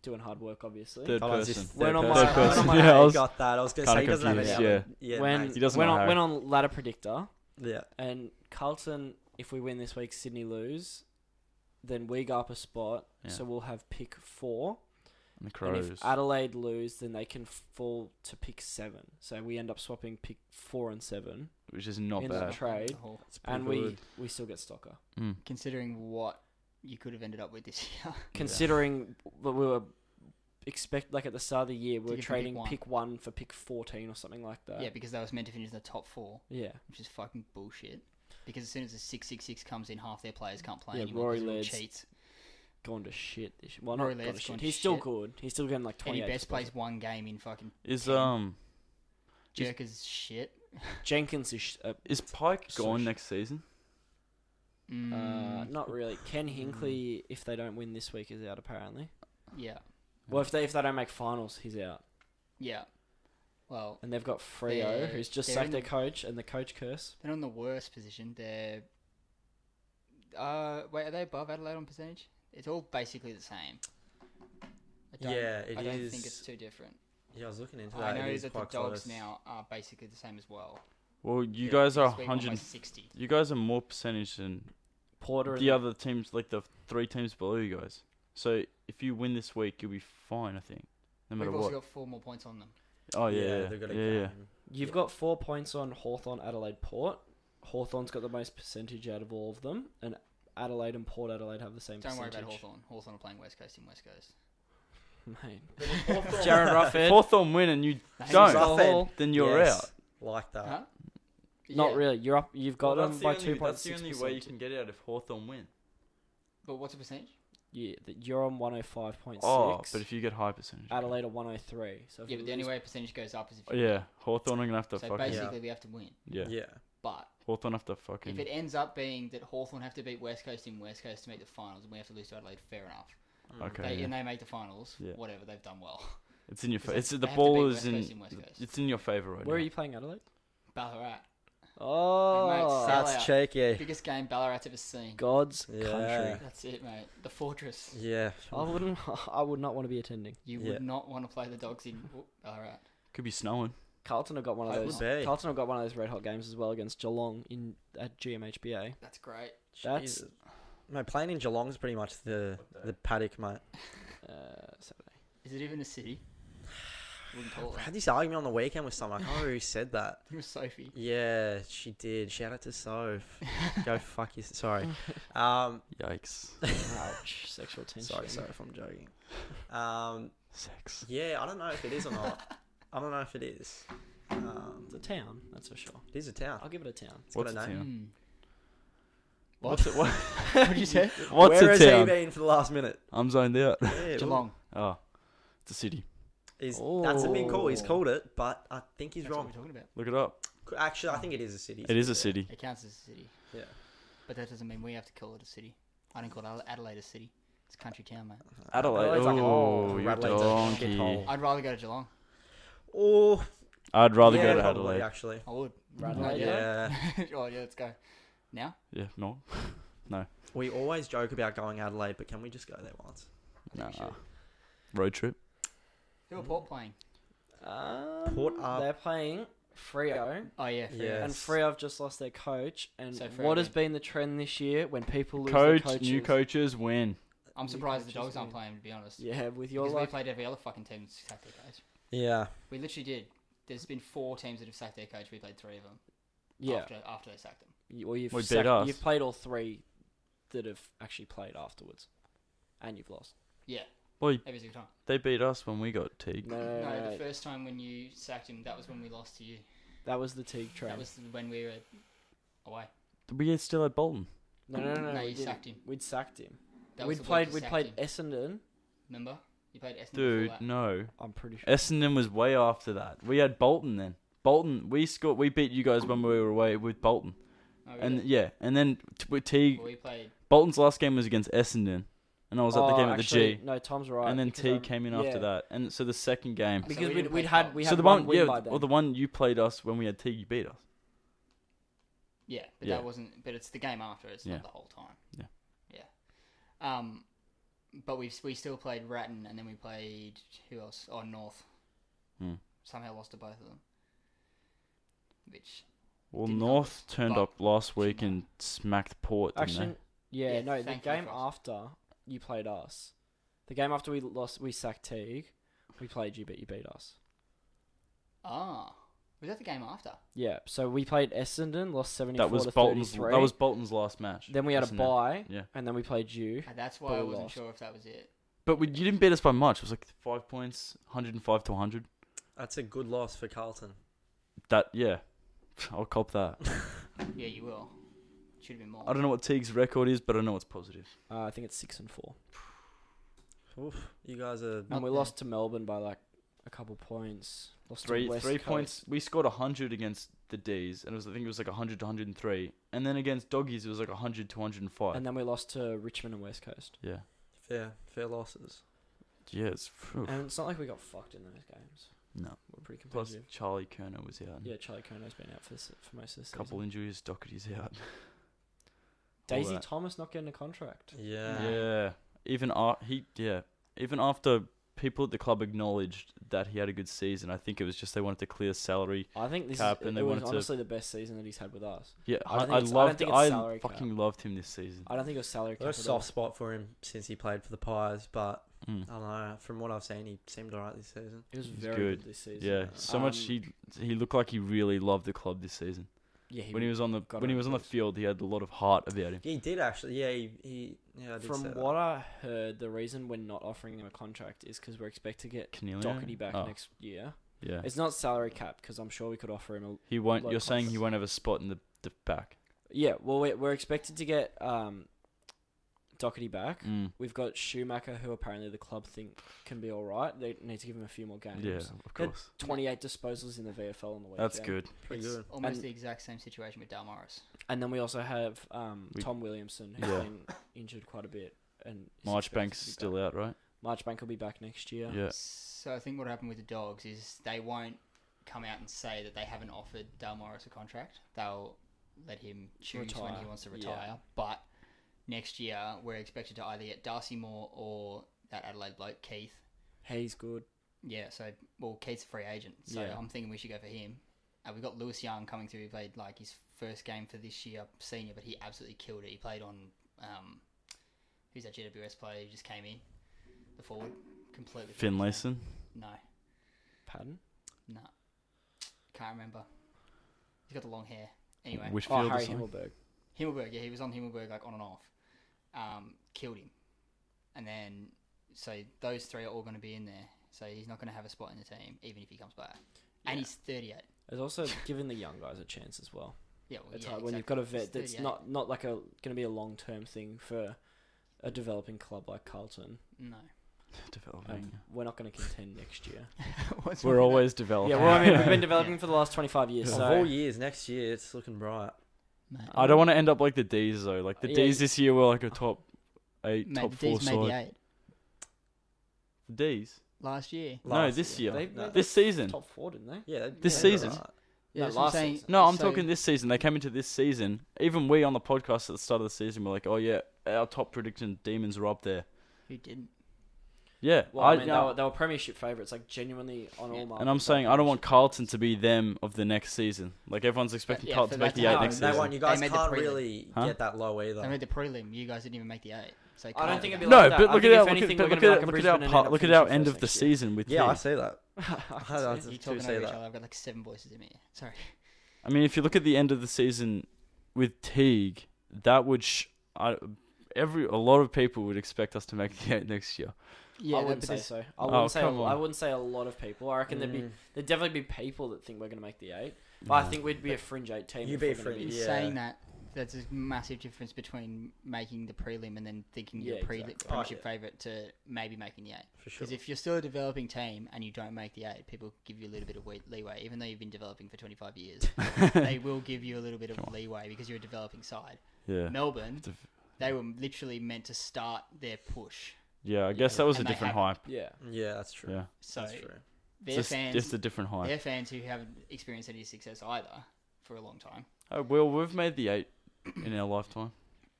D: doing hard work, obviously.
C: Third
A: Hold on, is
C: person.
A: this
D: When
C: Third
D: on my- when
C: person.
D: on
C: Third person.
D: my-
C: [laughs] Yeah, I was-
A: got that. I was going to
C: kinda
A: say he doesn't have any.
C: confused,
A: other- yeah
D: when
A: mate.
C: He doesn't
D: when
C: know
D: on
C: Harry.
D: when on ladder predictor
A: yeah.
D: and Carlton, if we win this week, Sydney lose, then we go up a spot,
C: Yeah.
D: so we'll have pick four.
C: And the
D: And
C: crows.
D: if Adelaide lose, then they can fall to pick seven. So we end up swapping pick four and seven,
C: which is not
D: in the
C: bad.
D: trade,
B: Oh,
A: It's pretty
D: and
A: good.
D: we we still get Stocker.
C: Mm.
B: Considering what you could have ended up with this [laughs] year,
D: Considering that we were expect like at the start of the year, we
B: You
D: were
B: can pick
D: trading
B: one.
D: pick one for pick fourteen or something like that.
B: yeah, because they was meant to finish in the top four,
D: yeah.
B: which is fucking bullshit. Because as soon as the six six six comes in, half their players can't play
D: Yeah,
B: anymore. 'cause
D: Rory
B: they're all
D: Laird's
B: cheats.
D: Gone to shit. This year. Well,
B: Rory
D: not gone to
B: Laird's gone
D: shit.
B: to
D: He's still
B: shit.
D: good. He's still getting like
B: And
D: twenty.
B: he best plays one game in fucking
C: Is
B: Ten.
C: um Is-
A: [laughs]
B: Jerker's shit.
D: Jenkins is uh, sh- a
C: is Pike
D: So
C: gone
D: sh-
C: next season?
D: Uh,
B: Mm,
A: Uh,
D: not really. Ken Hinkley, if they don't win this week, is out apparently.
B: yeah,
D: Well, if they if they don't make finals, he's out.
B: yeah. Well,
D: And they've got Freo,
B: They're-
D: who's just
B: they're
D: sacked
B: in-
D: their coach, and the coach curse.
B: They're not in the worst position. They're uh wait, are they above Adelaide on percentage? It's all basically the same. I don't,
A: Yeah, it
B: I don't think
A: is-
B: it's too different.
A: Yeah, I was looking into
B: I
A: that.
B: know
A: it is
B: that the
A: quite
B: dogs
A: close.
B: now are basically the same as well.
C: Well, you
A: Yeah,
C: guys are
B: This week, one by
C: hundred.
B: 60.
C: You guys are more percentage than
D: Porter.
C: the other teams, like the three teams below you guys. So if you win this week, you'll be fine. I think, no matter
B: We've also
C: what.
B: got four more points on them.
C: Oh yeah, yeah,
A: they've got a
C: yeah, yeah.
A: game.
D: You've
A: Yeah.
D: got four points on Hawthorn, Adelaide, Port. Hawthorn's got the most percentage out of all of them, and Adelaide and Port Adelaide have the same
B: Don't worry
D: percentage.
B: about Hawthorn. Hawthorn are playing West Coast in West Coast.
D: [laughs] Mate. [laughs] Jared Rufford.
C: [laughs] Hawthorn win and you
B: That
C: don't,
B: is
A: Rufford.
C: then you're
A: Yes,
C: out.
A: Like that.
B: Huh?
D: Not
B: Yeah,
D: really. You're up. You've got
C: Well,
D: them
C: the
D: by
C: only-
D: two point
C: That's the
D: six
C: only way you
D: percent.
C: can get out if Hawthorn win.
B: But what's the percentage?
D: Yeah, that you're on one hundred five point six.
C: Oh, but if you get high percentage. okay.
D: Adelaide are one hundred three. So if
B: Yeah,
D: you
B: but the only
D: lose-
B: way percentage goes up is if
C: Oh, yeah, Hawthorn are gonna have to
B: So
C: fucking.
B: basically, we have to win.
C: Yeah.
A: Yeah.
B: But
C: Hawthorn have to fucking.
B: if it ends up being that Hawthorn have to beat West Coast in West Coast to make the finals, and we have to lose to Adelaide, fair enough.
A: Mm.
C: okay.
B: They,
C: yeah.
B: And they make the finals,
C: Yeah.
B: whatever they've done well.
C: It's in your. Fa-
B: they-
C: it's
B: they
C: the
B: have to
C: ball
B: beat
C: is
B: West Coast
C: in.
B: and West Coast.
C: It's in your favor right
D: where are
C: now.
D: you playing Adelaide?
B: Ballarat,
D: Oh,
B: South-
A: That's
B: Sellout.
A: cheeky.
B: biggest game Ballarat's ever seen.
D: God's
A: Yeah.
D: country.
B: That's it, mate. The fortress.
A: Yeah.
D: I wouldn't. [laughs] I would not want to be attending.
B: You
A: Yeah.
B: would not want to play the dogs in Ballarat.
C: Could be snowing.
D: Carlton have got one of
B: I
D: those.
A: would be.
D: Carlton have got one of those red hot games as well against Geelong in at GMHBA.
B: That's great.
D: That's-
A: Jesus. Mate, playing in Geelong's pretty much the the paddock, mate.
D: Uh, Saturday.
B: Is it even a city? Wouldn't call
A: I
B: it.
A: had this argument on the weekend with someone. I can't remember who said that.
B: [laughs] It was Sophie.
A: Yeah, she did. Shout out to [laughs] Soph. Go fuck you. Sorry. Um,
C: Yikes. [laughs]
D: Ouch! Sexual tension.
A: sorry, Soph. I'm joking. Um,
C: Sex.
A: yeah, I don't know if it is or [laughs] not. I don't know if it is. Um,
D: It's a town, that's for sure.
A: it is a town.
D: I'll give it a town.
A: It's got
C: What's
A: a
C: the
A: name.
C: town?
B: Hmm.
C: What's it? What?
B: What [laughs] did you say?
C: What's
A: Where
C: a
A: has he
C: town?
A: been for the last [laughs] minute?
C: I'm zoned out.
A: Yeah,
B: [laughs] Geelong.
C: Oh, it's a city.
A: He's, That's a big call. He's
D: Oh.
A: called it, but I think he's
B: That's what
A: wrong.
B: we're talking about.
C: Look it up.
A: C- Actually, I think it is a city.
C: It is a city.
B: It counts as a city.
A: Yeah.
B: But that doesn't mean we have to call it a city. I don't call Adela- Adelaide a city. It's a country town, mate.
C: Adelaide.
A: Adelaide's like,
C: oh,
A: oh,
C: you
A: Adelaide's a
C: donkey.
A: shithole.
B: I'd rather go to Geelong.
A: Or
C: I'd rather
A: yeah,
C: go to
A: probably,
C: Adelaide.
A: Actually,
B: I would.
D: Adelaide,
A: yeah.
B: oh, yeah, [laughs] let's go. Now?
C: Yeah. No.
A: We always joke about going Adelaide, but can we just go there once?
C: Nah.
B: think you should.
C: [laughs] Road trip.
B: Who are Port playing?
D: Um,
A: Port are-
D: They're playing Frio,
B: Oh, yeah.
A: Yeah.
B: Freo.
D: and
A: Yes.
D: Frio have just lost their coach. And
B: So Freo
D: what has
B: win.
D: been the trend this year when people lose
C: Coach.
D: their coaches?
C: New coaches win.
B: I'm
D: New
B: surprised the
D: coaches
B: Dogs aren't
D: win.
B: playing, to be honest.
D: Yeah, with your
B: Because we
D: like,
B: played every other fucking team that sacked their coach.
A: Yeah.
B: We literally did. There's been four teams that have sacked their coach. We played three of them.
D: yeah,
B: After, after they sacked them.
D: you- well, you've
C: We beat
D: sacked-
C: us.
D: you've played all three that have actually played afterwards, and you've lost.
B: Yeah.
C: Boy,
B: Every single time.
C: they beat us when we got Teague.
D: No, no,
B: No,
D: no, no, no.
B: the first time when you sacked him, that was when we lost to you.
D: that was the Teague trade.
B: That was when we were away.
C: We still had Bolton.
D: no, no, no, no,
B: No,
D: we
B: you
D: didn't.
B: sacked him.
D: We'd sacked him.
B: That was
D: we'd
B: the bloke
D: played.
B: that
D: We'd
B: sacked
D: played e-
B: him.
D: Essendon.
B: Remember? You played Essendon
C: Dude,
B: before that.
C: no.
D: I'm pretty sure.
C: Essendon was way after that. We had Bolton then. Bolton, we scored. We beat you guys when we were away with Bolton,
B: Oh, really?
C: and yeah, and then t- with Teague,
B: Well, we played.
C: Bolton's last game was against Essendon, and I was at the
D: Oh,
C: game at the
D: actually,
C: G,
D: No, Tom's right.
C: and then
D: because, um,
C: Teague came in
D: yeah.
C: after that, and so the second game,
B: So we
D: Because
B: didn't
D: we'd,
B: play
D: we'd had
B: Carlton.
D: we
C: so
D: had
C: the
D: one,
C: one,
D: win
C: yeah,
D: by then.
C: well the one you played us when we had Teague, you beat us.
B: Yeah, but
C: Yeah.
B: that wasn't. But it's the game after. It's
C: Yeah.
B: not the whole time.
C: Yeah.
B: Yeah. Um, but we we still played Ratton, and then we played who else? Oh, North.
C: Hmm.
B: Somehow lost to both of them. Which
C: Well,
B: Didn't help
C: North
B: us,
C: turned
B: but-
C: up last week and smacked Port, didn't
D: Actually, yeah,
B: Yeah,
D: no, the
B: thank you
D: game
B: for us.
D: after you played us, the game after we lost, we sacked Teague, we played you, but you beat us.
B: ah was that the game after?
D: Yeah, so we played Essendon, lost
C: they?
D: seventy four
C: That was Bolton's.
D: to thirty three.
C: That was Bolton's last match.
D: then we had a
C: Essendon.
D: bye,
C: Yeah.
D: and then we played you.
B: And that's why
D: But
B: I
D: we
B: wasn't
D: lost.
B: sure if that was it.
C: But we, you didn't beat us by much. It was like five points, 105 to 100.
A: That's a good loss for Carlton. [laughs]
C: That, yeah. [laughs] I'll cop that.
B: Yeah, you will. Should have been more.
C: I don't know what Teague's record is, but I know it's positive.
D: Uh, I think it's six and four,
A: Oof, you guys are.
B: Not
D: and we
B: bad.
D: lost to Melbourne by like a couple points. Lost
C: Three
D: to West
C: three
D: Coast.
C: points. We scored 100 against the D's, and it was I think it was like 100 to 103. And then against Doggies, it was like 100 to 105.
D: and then we lost to Richmond and West Coast.
C: yeah.
A: Fair, fair losses.
C: Yeah, it's. phew.
D: And it's not like we got fucked in those games.
C: No.
D: we're pretty
C: Plus,
D: competitive.
C: Charlie Kerner was out. and
D: yeah, Charlie Kono's been out for s- for most of the
C: A
D: season.
C: couple injuries, Doherty's out. All
D: Daisy
C: that.
D: Thomas not getting a contract.
A: Yeah.
C: Yeah. Even ar- he yeah, even after people at the club acknowledged that he had a good season, I think it was just they wanted to clear salary.
D: I think this
C: Cap,
D: is,
C: and
D: it
C: they
D: was
C: wanted to-
D: honestly the best season that he's had with us.
C: Yeah,
D: I don't
C: I,
D: think it's- I don't
C: I, loved
D: think
C: I,
D: it's salary cap.
C: fucking loved him this season.
D: I don't think it was salary cap.
A: Got a
D: at
A: soft spot for him since he played for the Pies, but
C: Mm.
A: I don't know. From what I've seen, he seemed alright this season.
D: It was
C: He's
D: very good.
C: good.
D: this season.
C: Yeah, so much
D: Um,
C: he he looked like he really loved the club this season.
D: Yeah, he
C: when he was on the
D: got
C: when he
D: it,
C: was on the
D: please.
C: field, he had a lot of heart about him.
A: He did actually. Yeah, he. he yeah, I did
D: From
A: say that.
D: what I heard, the reason we're not offering him a contract is because we're expected to get
C: Cornelio?
D: Doherty back
C: Oh,
D: next year.
C: Yeah.
D: It's not salary cap because I'm sure we could offer him a.
C: He won't.
D: low
C: You're saying he
D: cost.
C: won't have a spot in the, the back.
D: Yeah, well, we're, we're expected to get um, Doherty back.
C: Mm.
D: We've got Schumacher, who apparently the club think can be all right. They need to give him a few more games.
C: Yeah, of course.
D: 28 disposals in the VFL on the weekend.
C: That's good.
A: Pretty
B: it's
A: good.
B: almost
D: And-
B: the exact same situation with Dal Morris.
D: And then we also have um,
C: We-
D: Tom Williamson, who's
C: Yeah.
D: been injured quite a bit. And is
C: Marchbank's
D: expected to be
C: still
D: back.
C: out, right?
D: Marchbank will be back next year.
C: Yeah.
B: So I think what happened with the Dogs is they won't come out and say that they haven't offered Dal Morris a contract. They'll let him choose when he
D: Retire,
B: wants to
D: yeah.
B: retire. But next year we're expected to either get Darcy Moore or that Adelaide bloke Keith.
D: He's good.
B: Yeah, so well Keith's a free agent, so
D: Yeah.
B: I'm thinking we should go for him. Uh, we've got Lewis Young coming through. He played like his first game for this year, senior, but he absolutely killed it. He played on um, who's that GWS player? He just came in, the forward, completely. finished.
C: Finlayson.
B: No.
D: Patton.
B: No. Can't remember. He's got the long hair. Anyway.
C: Which
D: Oh,
C: field
D: Harry Himmelberg.
B: Himmelberg, yeah, he was on Himmelberg like on and off. Um, killed him. And then so those three are all gonna be in there. So he's not gonna have a spot in the team, even if he comes back. And
D: Yeah.
B: he's thirty eight.
D: It's also giving the young guys a chance as well.
B: Yeah, well,
D: It's
B: yeah,
D: hard when you've got a vet that's
B: It's
D: not not like a going to be a long term thing for a developing club like Carlton. [laughs] Um,
B: No. [laughs]
C: Developing.
D: We're not going to contend next year.
B: What's
C: We're
B: wrong with
C: always developing.
D: yeah, well, I mean, we've been
B: Yeah.
D: developing for the last twenty five years,
C: Oh, Yeah.
A: Of
D: so
A: all years, next year it's looking bright.
B: that? Mate,
C: [laughs] I don't want to end up like the D's though. Like the
D: Yeah,
C: D's
D: you-
C: this year were like a top eight,
B: mate,
C: top
B: the
C: four
B: D's made
C: side.
B: the eight
C: D's.
B: last year.
C: No,
A: Last
C: this year.
D: they
A: No.
D: made
C: This season.
D: top four, didn't they?
A: Yeah,
B: This
A: they- they
C: season?
A: are.
D: No,
B: that's what I'm
D: last
B: saying.
D: season.
C: No, I'm
B: So-
C: talking this season. They came into this season. Even we on the podcast at the start of the season were like, "Oh yeah, our top prediction demons are up there."
B: Who didn't?
C: Yeah,
D: Well,
C: I,
D: I mean, they
C: no,
D: were, they were premiership favourites, like genuinely on
B: Yeah.
D: all
B: And
D: marks.
C: and I'm saying I don't want Carlton to be them of the next season. Like everyone's expecting
B: yeah,
C: Carlton
B: for
C: to make
B: that
C: the eight
B: to
C: next
A: they
B: happen,
C: season.
A: won't. You guys
B: They made the
A: can't
B: prelim.
A: really
C: Huh?
A: get that low either.
B: I made the prelim. You guys didn't even make the eight. So
D: I don't think it'd be
C: No,
D: like that.
C: but
D: I
C: look
D: think
C: at
D: if
C: our look
D: anything,
C: at, but
D: we're gonna
C: look at,
D: be
C: look
D: like
C: at
D: a
C: our
D: Brisbane and
C: part,
D: end up
C: look at our
D: finishing
C: end
D: first
C: of the
D: next year.
C: season with.
A: yeah, I
C: Keith.
A: see that.
D: [laughs]
A: I,
D: I
A: I
B: You're
A: totally
B: talking
A: see
B: over each
A: that.
B: other. I've got like seven voices in me. Sorry.
C: I mean, if you look at the end of the season with Teague, that would sh- I, every a lot of people would expect us to make the eight next year.
B: Yeah,
D: wouldn't
B: but
D: say
B: this-
D: so. I
C: Oh,
D: wouldn't say. A,
C: come on.
D: I wouldn't say a lot of people. I reckon there'd be
A: Mm.
D: there'd definitely be people that think we're gonna make the eight. But I think we'd be a fringe eight team.
A: You'd
D: if
A: be
D: we're
A: a
D: gonna
A: fringe,
B: In
A: Yeah.
B: saying that, there's a massive difference between making the prelim and then thinking you're
D: Yeah,
B: pre-
D: exactly.
B: premiership
A: Oh,
B: favourite to maybe making the eight.
A: For sure.
B: Because if you're still a developing team and you don't make the eight, people give you a little bit of wee- leeway, even though you've been developing for 25 years. they will give you a little bit of leeway because you're a developing side.
C: Yeah,
B: Melbourne,
C: Dev-
B: they were literally meant to start their push.
C: yeah. I guess that was a
B: And they
C: different hype.
B: haven't.
D: Yeah.
A: Yeah, that's true.
C: Yeah,
B: So
A: That's true.
B: their
C: just,
B: fans,
C: just a different hype.
B: their fans who haven't experienced any success either for a long time.
C: Oh, well, we've made the eight in our lifetime.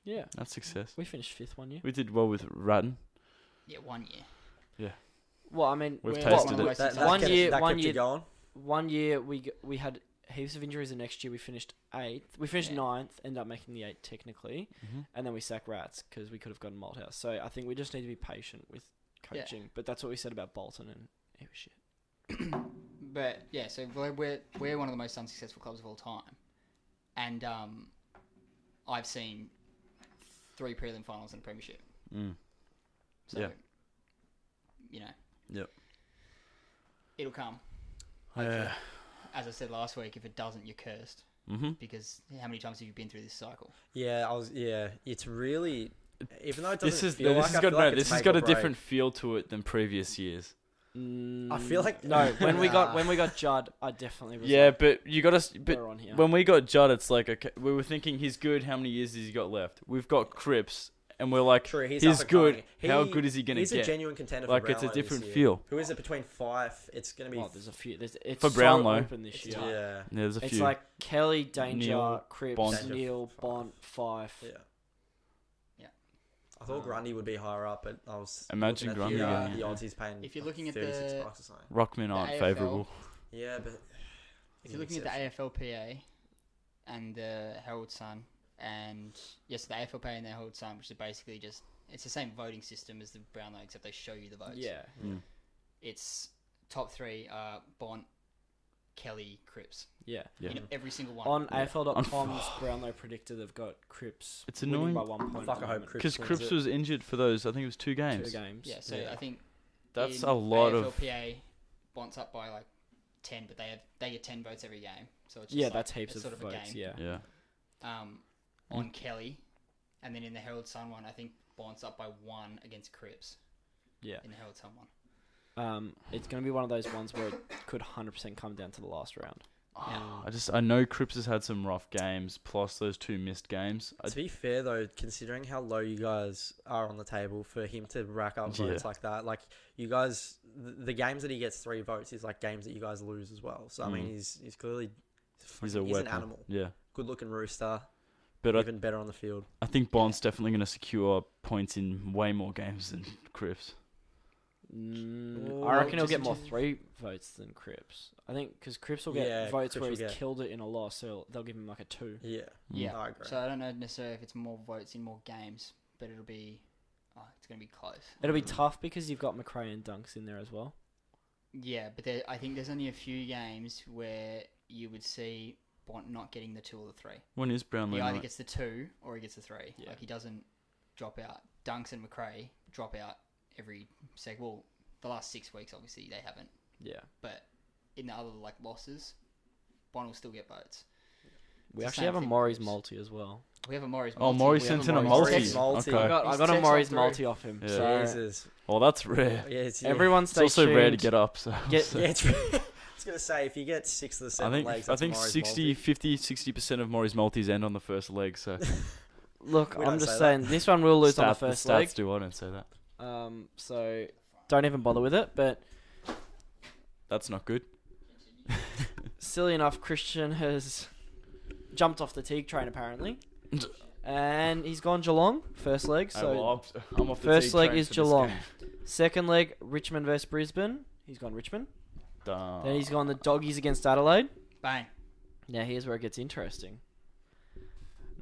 D: Yeah.
C: That's success.
D: We finished fifth one year.
C: We did well with Ratton.
B: Yeah, one year.
D: Well, I mean,
C: We've
B: We're-
D: well,
C: tasted
B: Well,
C: it.
B: well,
A: That,
B: One
A: that kept-
D: year-
A: that
D: one
A: kept
D: year-
A: you going.
D: one year we g- we had heaps of injuries, and next year we finished eighth. We finished
B: Yeah.
D: ninth, ended up making the eight technically,
C: Mhm.
D: and then we sack Rats because we could have gotten Malthouse. So I think we just need to be patient with
B: Yeah.
D: coaching. But that's what we said about Bolton, and it was shit.
B: But yeah, so we're, we're we're one of the most unsuccessful clubs of all time, and um, I've seen three prelim finals and a premiership.
C: Mm.
B: So,
C: Yeah.
B: You know.
C: Yep.
B: It'll come.
C: Yeah.
B: As I said last week, if it doesn't, you're cursed
C: Mm-hmm.
B: because how many times have you been through this cycle?
A: Yeah, I was. Yeah, it's really. Even though it doesn't
C: This is
A: feel
C: this
A: like,
C: has
A: I
C: got
A: feel like
C: no.
A: it's
C: This has
A: make
C: got
A: or
C: a
A: break.
C: different feel to it than previous years.
A: I feel
D: Mm,
A: like-
D: no.
A: [laughs]
D: When we got when we got Judd, I definitely was.
C: Yeah,
D: like,
C: but you got to. But
D: we're on here.
C: when we got Judd, it's like okay, we were thinking he's good. How many years has he got left? We've got Crips, and we're like,
A: True, he's,
C: he's
A: up and
C: good.
A: coming. He-
C: how good is he gonna
A: he's
C: get?
A: a genuine contender.
C: like
A: for
C: it's a
A: Brownlow this
C: different
A: year.
C: feel.
A: Who is it between five? It's gonna be.
D: oh, there's a few. There's, it's
C: For
D: so
C: Brownlow.
D: open this
B: It's
D: year.
B: tough.
A: yeah,
C: Yeah, there's a
D: It's
C: few.
D: like Kelly, Danger,
C: Neil,
D: Cripps,
C: Bond.
D: Neil,
A: Danger,
D: Bond, Fife.
A: yeah.
B: Yeah.
A: I thought
D: Um,
A: Grundy would be higher up, but I was
C: Imagine
A: looking at
B: Grundy
A: the, uh,
B: getting
A: the
C: it,
A: odds he's paying.
B: If you're
A: like
B: looking at
A: 36
B: the-
A: bucks or something.
C: Rockman
B: The
C: aren't
B: AFL
C: favourable.
A: Yeah, but
B: If you're looking at the AFLPA and the Herald Sun, and yes, the AFLPA and the Herald Sun, which is basically just it's the same voting system as the Brownlow, except they show you the votes.
D: Yeah.
C: Mm.
B: it's top three are Bont, Kelly, Cripps
D: Yeah.
C: Yeah.
B: in every single one.
D: On
C: Yeah.
D: AFL.com's Brownlow predictor, they've got Crips.
C: It's
D: winning
C: annoying.
D: by one point.
A: Fuck,
D: at the
A: I hope
D: moment.
A: Cripps
C: Because
A: wins
C: Crips
A: it.
C: was injured for those. I think it was two
D: Two
C: games.
D: games.
B: yeah, so
A: Yeah.
B: I think
C: That's
B: in
C: a lot of.
B: AFLPA, Bont's up by like ten, but they have they get ten votes every game. So it's just
D: yeah,
B: like,
D: that's heaps
B: it's
D: of
B: sort of a
D: votes.
B: game.
D: Yeah.
C: Yeah.
B: um, on Kelly, and then in the Herald Sun one, I think Bond's up by one against Cripps
D: Yeah.
B: in the Herald Sun one.
D: Um, it's going to be one of those ones where it could 100% come down to the last round.
C: Ah, I just I know Cripps has had some rough games, plus those two missed games. I,
A: To be fair though, considering how low you guys are on the table, for him to rack up
C: Yeah.
A: votes like that, like you guys, th- the games that he gets three votes is like games that you guys lose as well. So I mean,
C: Mm.
A: he's he's clearly
C: he's
A: fucking-
C: a
A: he's
C: weapon.
A: an animal,
C: Yeah,
A: good looking rooster,
C: but I,
A: even better on the field.
C: I think Bond's definitely going to secure points in way more games than Cripps.
D: Mm,
A: Well,
D: I reckon he'll
B: just
D: get
B: in
D: more
B: terms of-
D: three votes than Cripps. I think because Cripps will get
A: Yeah,
D: votes
A: Cripps
D: where
A: will
D: he's
A: get-
D: killed it in a loss, so they'll give him like a two.
A: Yeah,
C: Hmm.
B: Yeah.
A: I agree.
B: So I don't know necessarily if it's more votes in more games, but it'll be oh, it's gonna be close.
D: It'll be
A: Mm.
D: tough because you've got McRae and Dunks in there as well.
B: Yeah, but there, I think there's only a few games where you would see Bond not getting the two or the three.
C: When is Brownlee?
B: He either
C: Night?
B: gets the two or he gets the three.
D: Yeah.
B: Like he doesn't drop out. Dunks and McRae drop out every sec. Well, the last six weeks, obviously they haven't.
D: Yeah.
B: but in the other like losses, Bond will still get votes.
D: We
B: the
D: actually
B: same
D: have a
B: thing with
D: Maury's
B: Cripps.
D: multi as well.
B: We have a Morris.
C: Oh,
B: multi.
C: Maury
D: we
C: sent
D: haven't
C: in
D: watched
C: a multi.
A: Texas multi.
C: Okay.
D: I got, I
B: He's
D: got a
B: text
D: Maury's
B: through.
D: multi off him.
C: Yeah.
D: So
A: Jesus,
C: Well, that's rare.
A: yeah, it's, yeah. [laughs]
D: everyone
C: It's
D: stays
C: also
D: tuned.
C: rare to get up. So
D: Get-
A: Yeah, it's, [laughs] I was gonna say if you get six of the
C: I
A: seven
C: think
A: legs,
C: I
A: that's
C: think
A: Maury's
C: 60,
A: multi.
C: 50, 60 percent of Maury's multis end on the first leg.
D: [laughs]
C: So
D: Look,
A: We
D: I'm
A: don't say
D: just
A: that.
D: saying this one will lose on the
C: Stat-
D: first
C: the stats
D: leg.
C: do. I don't say that.
D: Um, so don't even bother with it. But
C: That's not good.
D: silly enough, Christian has jumped off the Teague train
C: [laughs]
D: apparently, and he's gone Geelong first leg. So
C: Oh, well, I'm, I'm off the
D: first
C: T
D: leg
C: train
D: is
C: for this
D: Geelong.
C: game.
D: Second leg, Richmond versus Brisbane. He's gone Richmond.
C: Duh.
D: Then he's gone the Doggies against Adelaide.
B: Bang. [laughs]
D: Now here's where it gets interesting.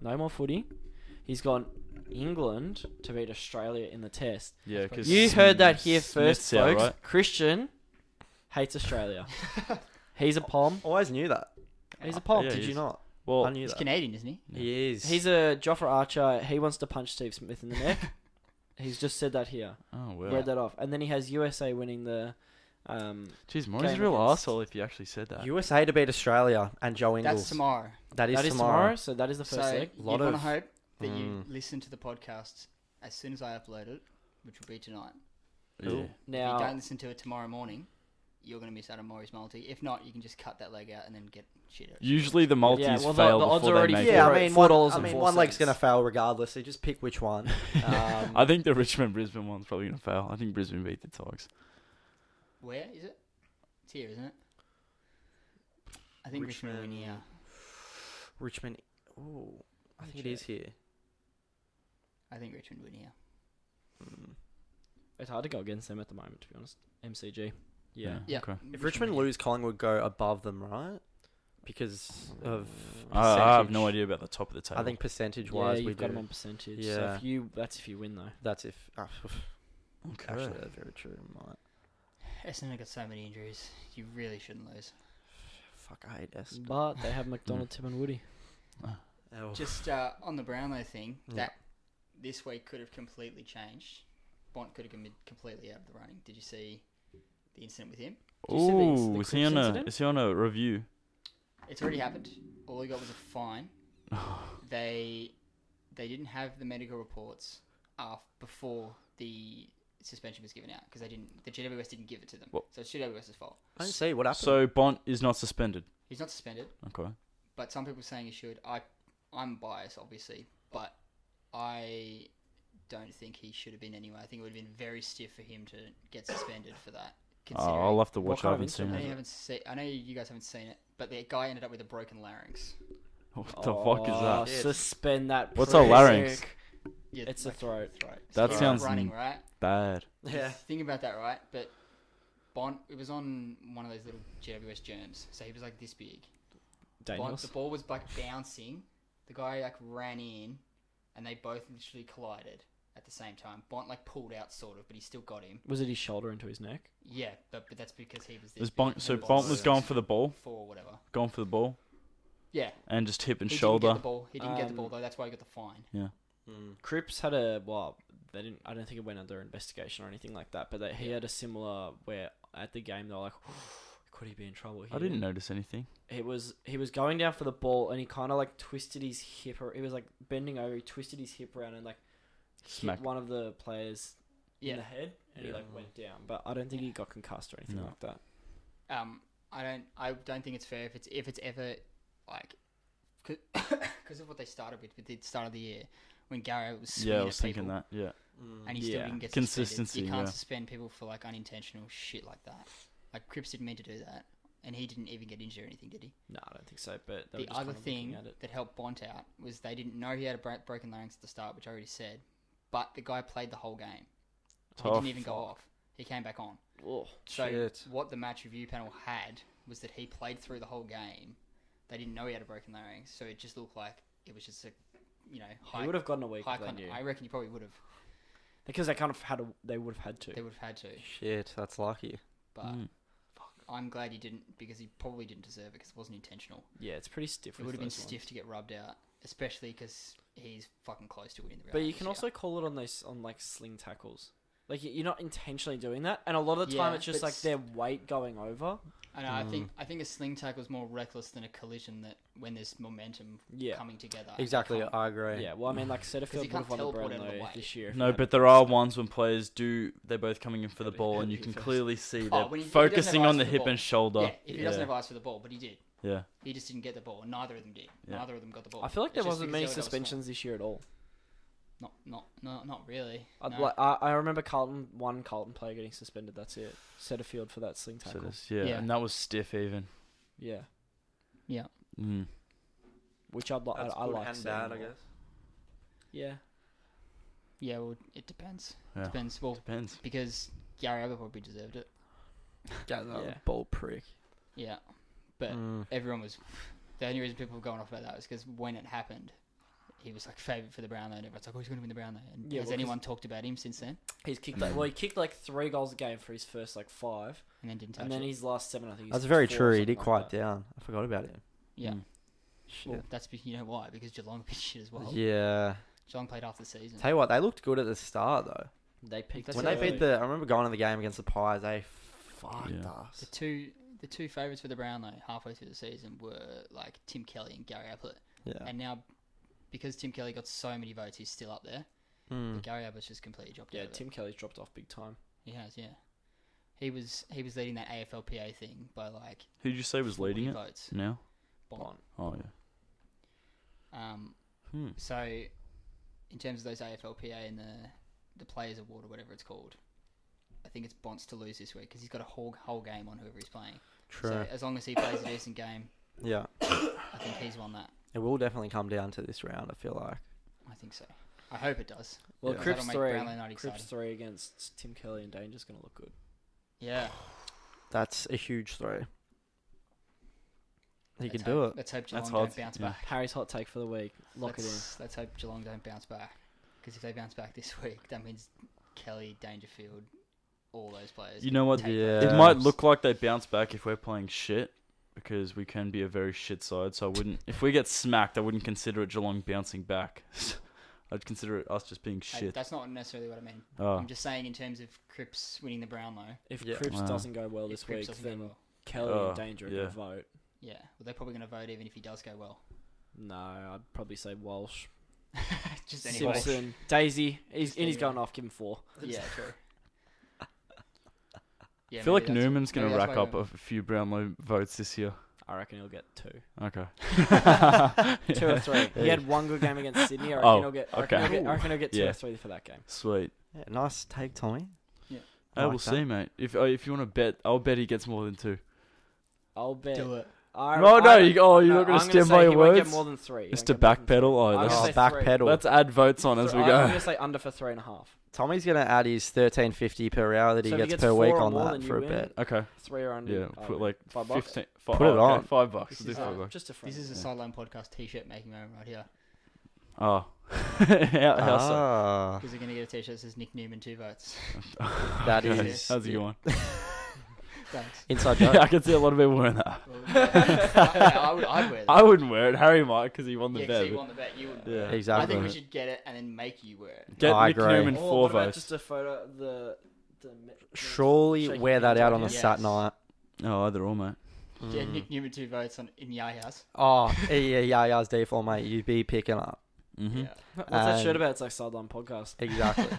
D: No more footy. He's gone England to beat Australia in the test.
C: Yeah, because
D: You heard that here first, folks. Christian hates Australia. he's a pom.
A: Always knew that.
D: He's a pom.
C: Yeah,
A: Did
C: he
A: you
C: is.
A: not?
C: Well,
A: I knew
B: He's
A: that.
B: Canadian, isn't he?
A: He is.
D: He's a Jofra Archer. He wants to punch Steve Smith in the
C: [laughs]
D: neck. he's just said that here.
C: oh
D: Read
C: well.
D: that off. And then he has USA winning the. Um,
C: Jeez, Maury's a
D: game
C: real
D: against-
C: asshole if you actually said that.
A: USA to beat Australia and Joe Ingles.
B: That's tomorrow.
A: That is
D: that is tomorrow.
A: tomorrow.
D: So that is the
B: So
D: first leg.
B: you
A: Lot
B: want to
A: of-
B: hope that you
A: Mm.
B: listen to the podcast as soon as I upload it, which will be tonight.
C: Yeah.
B: If you
D: Now
B: don't listen to it tomorrow morning, you're going to miss out on Morris multi. If not, you can just cut that leg out and then get shit. out.
C: Usually the multis
D: well, the-
C: fail
D: the odds
C: before
D: are already
C: they make
D: four-
A: Yeah,
D: [laughs]
C: it.
A: I mean,
D: four
A: one,
D: dollars
A: I
D: and
A: mean,
D: four
A: one leg's
D: cents.
A: gonna fail regardless. So just pick which
D: [laughs]
A: one. Um,
C: I think the Richmond Brisbane one's probably gonna fail. I think Brisbane beat the Tigers.
B: Where is it? It's here, isn't it? I think Richmond, win here.
A: Richmond. Richmond. Ooh, I think it
B: Check.
A: is here.
B: I think Richmond win here.
A: Mm.
D: it's hard to go against them at the moment, to be honest. MCG. Yeah.
B: Yeah.
C: Okay.
A: If Richmond
B: win here.
A: lose, Collingwood go above them, right? Because of
C: I, I have no
A: percentage.
C: idea about the top of the table.
A: I think percentage
D: Yeah,
A: wise, we
D: you've got
A: do.
D: them on percentage. So
A: Yeah.
D: if you, that's if you win though.
A: That's if.
D: [sighs]
A: ah,
C: Okay.
A: Actually, that's very true. Might.
B: Essendon got so many injuries. You really shouldn't lose.
A: Fuck, I hate S.
D: But they have McDonald,
C: Mm.
D: Tim, and Woody.
A: Oh.
B: Just uh, on the Brownlow thing,
A: Yeah.
B: that this week could have completely changed. Bont could have been completely out of the running. Did you see the incident with him?
D: Do you see the- the
C: Ooh, is he
D: Cripps
C: on a
D: incident?
C: is he on a review?
B: It's already happened. All he got was a
C: [sighs]
B: fine. they they didn't have the medical reports af- before the suspension was given out because they didn't. The GWS didn't give it to them,
C: Well-
B: so it's GWS's fault.
A: I didn't see what happened.
C: So Bont is not suspended.
B: He's not suspended,
C: Okay.
B: but some people are saying he should. I I'm biased, obviously, but I don't think he should have been anyway. I think it would have been very stiff for him to get suspended for that.
C: Oh,
B: Considering
C: I'll have to
D: What
C: watch. I
D: kind of
C: haven't seen
B: I know
D: incident
B: you
C: it.
B: haven't seen. I know you guys haven't seen it, but the guy ended up with a broken larynx.
C: What the fuck is
D: Oh,
C: that?
A: Yes.
D: Suspend that.
C: What's a larynx?
D: prick.
B: Yeah,
D: It's a throat.
B: Throat.
C: That
B: It's
C: sounds-
B: running right.
C: Bad.
A: [laughs] yeah,
B: [laughs] Think about that, right? But Bond, it was on one of those little GWS germs, so he was like this big. Bond, the
D: Daniels.
B: ball was like bouncing. The guy like ran in, and they both literally collided at the same time. Bond like pulled out sort of, but he still got him.
D: Was it his shoulder into his neck?
B: Yeah, but, but that's because he was this.
C: Was
B: big
C: Bont,
B: and
C: so
B: Bond
C: Bont was going for the ball,
B: four or whatever.
C: going for the ball,
B: Yeah,
C: and just hip and
B: he didn't get
C: shoulder.
B: the ball. He didn't get the ball
D: Um,
B: though. That's why he got the fine.
A: Mm,
D: Cripps had a well, they didn't. I don't think it went under investigation or anything like that. But they, he had a similar where at the game they were like, could could he be in trouble? Here?
C: I didn't notice anything.
D: It was he was going down for the ball and he kind of like twisted his hip. Or, he was like bending over. He twisted his hip around and like
C: Smack.
D: hit one of the players in
B: Yeah.
D: the head and he
C: Yeah.
D: like went down. But I don't think he got concussed or anything
C: No.
D: like that.
B: Um, I don't. I don't think it's fair if it's if it's ever like [coughs] because of what they started with with the start of the year when Garrett was swinging
C: Yeah, I was
B: at people
C: thinking that. Yeah.
A: Mm.
B: and he still
D: Yeah.
B: didn't get
C: Consistency,
B: Suspended. You can't
C: yeah.
B: suspend people for like unintentional shit like that. Like Cripps didn't mean to do that, and he didn't even get injured or anything, did he?
D: No, I don't think so. But they were
B: the
D: just
B: other
D: kind of looking
B: thing
D: at it.
B: that helped Bont out was they didn't know he had a bro- broken larynx at the start, which I already said. But the guy played the whole game. He
C: Tough.
B: didn't even go off. He came back on.
D: Oh,
B: So
A: Shit.
B: what the match review panel had was that he played through the whole game. They didn't know he had a broken larynx, so it just looked like it was just a, you know,
D: he
B: high.
D: would have gotten a week
B: high
D: if they
B: con-
D: knew.
B: I reckon you probably would have.
D: because they kind of had a, they would have had to.
B: They would have had to.
A: Shit, that's lucky.
B: But
D: Hmm.
C: Mm.
B: I'm glad he didn't because he probably didn't deserve it because it wasn't intentional.
D: yeah, it's pretty stiff.
B: It
D: with
B: would have been
D: those ones.
B: stiff to get rubbed out, especially because he's fucking close to winning the round.
D: But you
B: this
D: can
B: year.
D: also call it on those on like sling tackles. Like you- you're not intentionally doing that, and a lot of the time
B: Yeah,
D: it's just
B: but
D: like
B: s-
D: their weight going over.
B: I know. I
D: Hmm.
B: think I think a sling tackle is more reckless than a collision. That when there's momentum
D: Yeah, uh,
B: coming together,
A: Exactly,
B: Come-
A: I agree.
D: yeah. Well, I mean, like
B: Because [laughs]
D: Setterfield
B: you
D: would have
B: can't
D: won the
B: teleport out of the
D: Brownlow
B: way.
D: this year. if
C: No,
D: he
C: but
D: hadn't.
C: there are ones when players do. They're both coming in for the
A: Yeah,
C: ball, and
A: yeah,
C: you can
A: first.
C: clearly see
B: Oh,
C: they're
B: when he- if he doesn't have
C: focusing
B: eyes
C: on
B: for
C: the
B: the
C: hip
B: ball.
C: and shoulder.
B: yeah, if he doesn't
C: yeah.
B: have eyes for the ball, but he did.
C: Yeah.
B: He just didn't get the ball. Neither of them did.
C: Yeah.
B: Neither of them got the ball.
D: [laughs] I feel like
B: It's
D: there
B: just
D: wasn't many
B: because they were double small.
D: suspensions this year at all.
B: Not, not, not, not really.
D: I'd
B: no.
D: like, I, I remember Carlton one Carlton player getting suspended. That's it. Setterfield for that sling
C: So
D: tackle.
C: this- yeah,
B: Yeah.
C: and that was stiff even.
D: yeah,
C: Mm.
D: which I'd like. I,
A: That's
D: I
A: good
D: like.
A: and
D: seeing
A: bad, I
D: more.
A: guess.
D: Yeah.
B: yeah, well, it depends.
C: Yeah.
B: Depends. Well,
C: Depends.
B: because Gary Abbott probably deserved it.
D: that Yeah.
A: ball prick.
B: Yeah, but
A: Mm.
B: everyone was. The only reason people were going off about that was because when it happened, he was like favourite for the Brownlow, and everyone's like, "Oh, he's going to win the Brownlow." And
D: Yeah,
B: has
D: well, 'cause-
B: anyone talked about him since then?
D: He's kicked like, well, he kicked like three goals a game for his first like five,
B: And then didn't touch
D: and then
B: it.
D: his last seven, I think. he's
A: That's
D: kicked
A: very
D: four or
A: true. He
D: something
A: did
D: like
A: quiet
D: that.
A: down. I forgot about him.
B: yeah,
C: Mm.
B: well,
A: Shit.
B: that's because you know why because Geelong [laughs] did shit as well.
A: Yeah.
B: Geelong played half the season.
A: Tell you what, they looked good at the start though.
D: They picked
B: That's
A: when
B: it.
A: they beat the, I remember going to the game against the Pies. They fucked
C: Yeah.
B: the
A: us.
B: two the two favourites for the Brownlow halfway through the season were like Tim Kelly and Gary Ablett,
A: Yeah.
B: and now because Tim Kelly got so many votes, he's still up there.
A: Mm.
B: But Gary Ablett's just completely dropped
D: yeah,
B: out. of it.
D: Tim Kelly's dropped off big time.
B: He has, yeah. He was he was leading that AFLPA thing by like
C: Who'd you say was
B: 40
C: leading it
B: votes.
C: now?
B: Bond.
C: Oh yeah.
B: Um,
C: Hmm.
B: so in terms of those AFLPA and the the Players Award or whatever it's called, I think it's Bonts to lose this week because he's got a whole whole game on whoever he's playing.
A: True.
B: So as long as he plays a decent game,
A: yeah.
B: I think he's won that.
A: It will definitely come down to this round. I feel like.
B: I think so. I hope it does.
D: Well,
A: Yeah.
B: because
D: Cripps
B: that'll make
D: three,
B: Brownlow night
D: Cripps
B: exciting.
D: three against Tim Kelly and Danger's gonna look good.
B: Yeah,
A: That's a huge three. He
B: let's
A: can do
B: hope-
A: it.
B: Let's hope
C: That's
B: Geelong
C: hard.
B: don't bounce
C: Yeah.
B: back.
D: Harry's hot take for the week. Lock it in.
B: let's, Let's hope Geelong don't bounce back. Because if they bounce back this [laughs] week, that means Kelly, Dangerfield, all those players.
C: You
B: can
C: know what? uh,
B: take
A: Yeah.
B: votes.
C: It might look like they bounce back if we're playing shit because we can be a very shit side. So I wouldn't. if we get smacked, I wouldn't consider it Geelong bouncing back. [laughs] I'd consider it us just being
B: I-
C: shit.
B: that's not necessarily what I mean.
C: oh,
B: I'm just saying in terms of Cripps winning the Brownlow.
D: If
A: Yeah.
D: Cripps
C: Wow.
D: doesn't go well
B: if
D: this week,
B: Cripps doesn't go
D: then
B: well.
D: Kelly
C: Oh,
D: and Danger are
C: yeah.
D: gonna vote.
B: Yeah, well, they're probably going to vote even if he does go well. [laughs]
D: No, I'd probably say Walsh,
B: Just anyway.
D: Simpson, Daisy. He's
B: Just
D: and he's
B: anyway.
D: going off. Give him four.
B: [laughs] Yeah,
C: [laughs]
B: true. Yeah,
C: I
B: maybe
C: feel like
B: that's-
C: Newman's gonna
B: maybe that's
C: rack
B: why
C: up a few Brownlow votes this
B: [laughs]
C: year. [laughs]
D: I reckon he'll get two,
C: Okay.
D: [laughs]
C: [laughs]
D: two or three. He had one good game against Sydney. I reckon
C: Oh,
D: he'll get. I reckon,
C: okay.
D: he'll, get, I reckon he'll get two
C: Yeah.
D: or three for that game.
C: Sweet.
A: Yeah, nice take, Tommy.
B: Yeah.
A: I
C: Hey,
A: like
C: we'll
A: that.
C: see, mate. If uh, if you want to bet, I'll bet he gets more than two.
D: I'll bet.
B: Do it.
D: I,
C: No, no,
D: I-
C: you- oh, you're
D: no,
C: not gonna
D: I'm gonna
C: stand
D: say
C: by
D: he
C: your
D: won't
C: words?
D: Get more than three. He won't
C: Mr.
D: get more than three.
C: Backpedal.
D: I'm
C: Oh,
D: gonna
A: Oh,
C: let's,
D: say
A: back
D: three.
A: pedal.
C: let's add votes on as
D: So
C: we
D: I- I'm
C: go.
D: gonna say under for three and a half.
A: Tommy's gonna add his thirteen fifty per hour that he
D: So if he
A: gets,
D: gets
A: per week
D: four or
A: on
D: more,
A: that
D: then
A: for a
D: you win.
A: bet.
C: Okay.
D: Three or under.
C: Yeah.
D: I would-
C: Put like
D: five bucks?
C: fifteen. Five,
A: Put it
C: oh,
A: on.
C: Okay, five bucks.
B: This
C: We'll do
B: is
C: five
B: a-
C: bucks.
D: just a friend.
B: This is a
C: Yeah.
B: sideline podcast T-shirt making moment right here
C: Oh. [laughs] how, how so?
A: Ah,
B: [laughs] because we're going to get a T-shirt that says Nick Newman two votes. [laughs]
A: that
C: Okay,
A: is-
C: How's it going?
A: [laughs]
B: Thanks.
A: inside joke.
C: [laughs] Yeah, I can see a lot of people wearing that.
B: Well, yeah, I would. I'd wear that.
C: [laughs] I wouldn't wear it. Harry might because he won the
B: yeah, 'cause
C: bet.
B: you won the bet. You wouldn't.
C: Yeah.
B: wear it. I
A: Exactly.
B: think we should get it and then make you wear it.
C: Get
A: I
C: Nick
A: agree.
C: Newman
A: Oh,
C: four votes.
D: just a photo? The the
A: Surely
D: Shaking
A: wear that
D: hands
A: out on
D: on
A: a
B: it.
A: Sat
B: Yes.
A: night.
C: No, Oh, either or, mate.
B: Yeah,
A: Mm.
B: Nick Newman two votes on in Yaya's.
A: Oh, yeah, yeah, yeah, default, mate. You'd be picking up.
C: Mm-hmm.
B: Yeah.
D: What's that shirt
A: And-
D: about? It's like Sideline Podcast.
B: [laughs]
A: Exactly.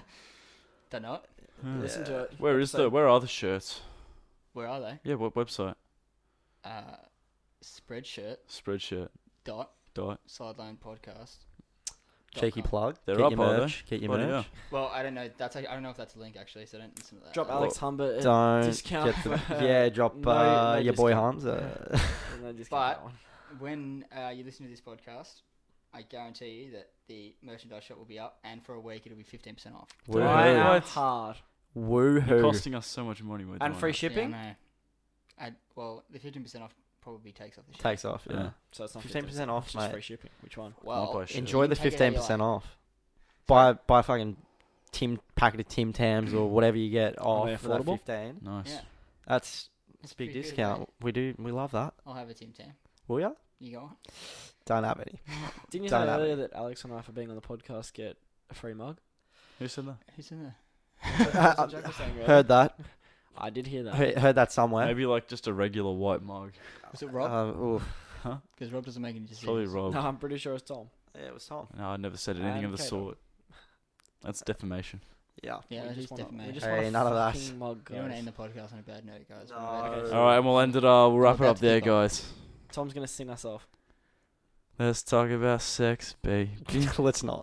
B: Don't know. it.
C: Yeah.
D: Listen to it.
C: Where is the? Where are the shirts?
B: Where are they?
C: Yeah, what website?
B: Uh, spreadshirt
C: Spreadshirt.
B: dot
C: Dot.
B: sideline podcast. dot
A: Cheeky
B: com.
A: plug.
C: They're
A: Get
C: up,
A: your
C: are they?
A: merch. Get your
C: Bloody
A: merch.
B: Well, I don't know. That's I don't know if that's a link actually. So don't listen to that.
D: Drop Alex Humber. and-
B: Uh,
A: Don't
D: discount
A: get the,
D: for-
A: [laughs] yeah.
B: [laughs]
A: Drop
D: No-
A: uh,
D: no
A: your boy
D: discount.
A: Hamza.
D: and then just get
B: But-
D: that one.
B: When uh, you listen to this podcast, I guarantee you that the merchandise shop will be up, and for a week it'll be fifteen percent off.
C: Woo-hoo.
D: I
C: Woohoo.
D: am
C: What?
D: hard.
C: You're
A: Woohoo!
C: costing us so much money. We're
D: And
C: doing
D: free
C: it.
D: shipping?
B: Yeah, I know. And- well, the fifteen percent off probably takes off the shipping.
A: Takes off. Yeah.
C: Yeah.
D: So it's not
A: Fifteen percent off,
D: It's just
A: mate.
D: free shipping. Which one?
C: Might
B: Well,
C: buy a shirt.
A: Enjoy
B: You
A: the
B: can take it how
A: fifteen
B: you
A: percent
B: like.
A: off. Buy buy fucking Tim packet of Tim Tams
B: Mm.
A: or whatever you get
C: they
A: off for that
C: affordable?
A: fifteen.
C: Nice.
B: Yeah.
A: That's
B: It's
A: a big
B: pretty good,
A: discount.
B: mate.
A: we do. We love that.
B: I'll have a Tim Tam.
A: Will ya?
B: You go on. [laughs]
A: Don't have any.
D: Didn't you say
A: Don't have
D: earlier
A: it.
D: that Alex and I, for being on the podcast, get a free mug?
C: Who said that?
B: Who's in there?
A: [laughs] Uh,
B: Jack was saying, right?
A: Heard that.
D: I did hear that.
A: He- Heard that somewhere.
C: Maybe like just a regular white mug.
B: Was it Rob?
A: Um, oof.
B: Because Rob doesn't make any
C: It's
B: decisions.
C: probably Rob.
D: No,
C: No.
D: I'm pretty sure it's Tom.
A: Yeah, it was Tom.
C: I never said anything of the
D: Okay, Rob.
C: sort. That's defamation.
A: Yeah.
B: Yeah,
D: we
B: that's
D: just
B: just
D: want
B: different.
D: A, we
B: mate.
D: just
A: Hey,
D: want a
A: none of that.
D: fucking mug,
B: You don't want to
D: guys.
B: end the podcast on a bad note, guys.
A: No.
B: Okay,
C: All right, and we'll end it. Uh, we'll wrap it
B: Well,
C: up
B: that's
C: there,
B: good, though.
C: guys.
D: Tom's gonna sing us off.
C: Let's talk about sex, baby.
A: [laughs] Let's not.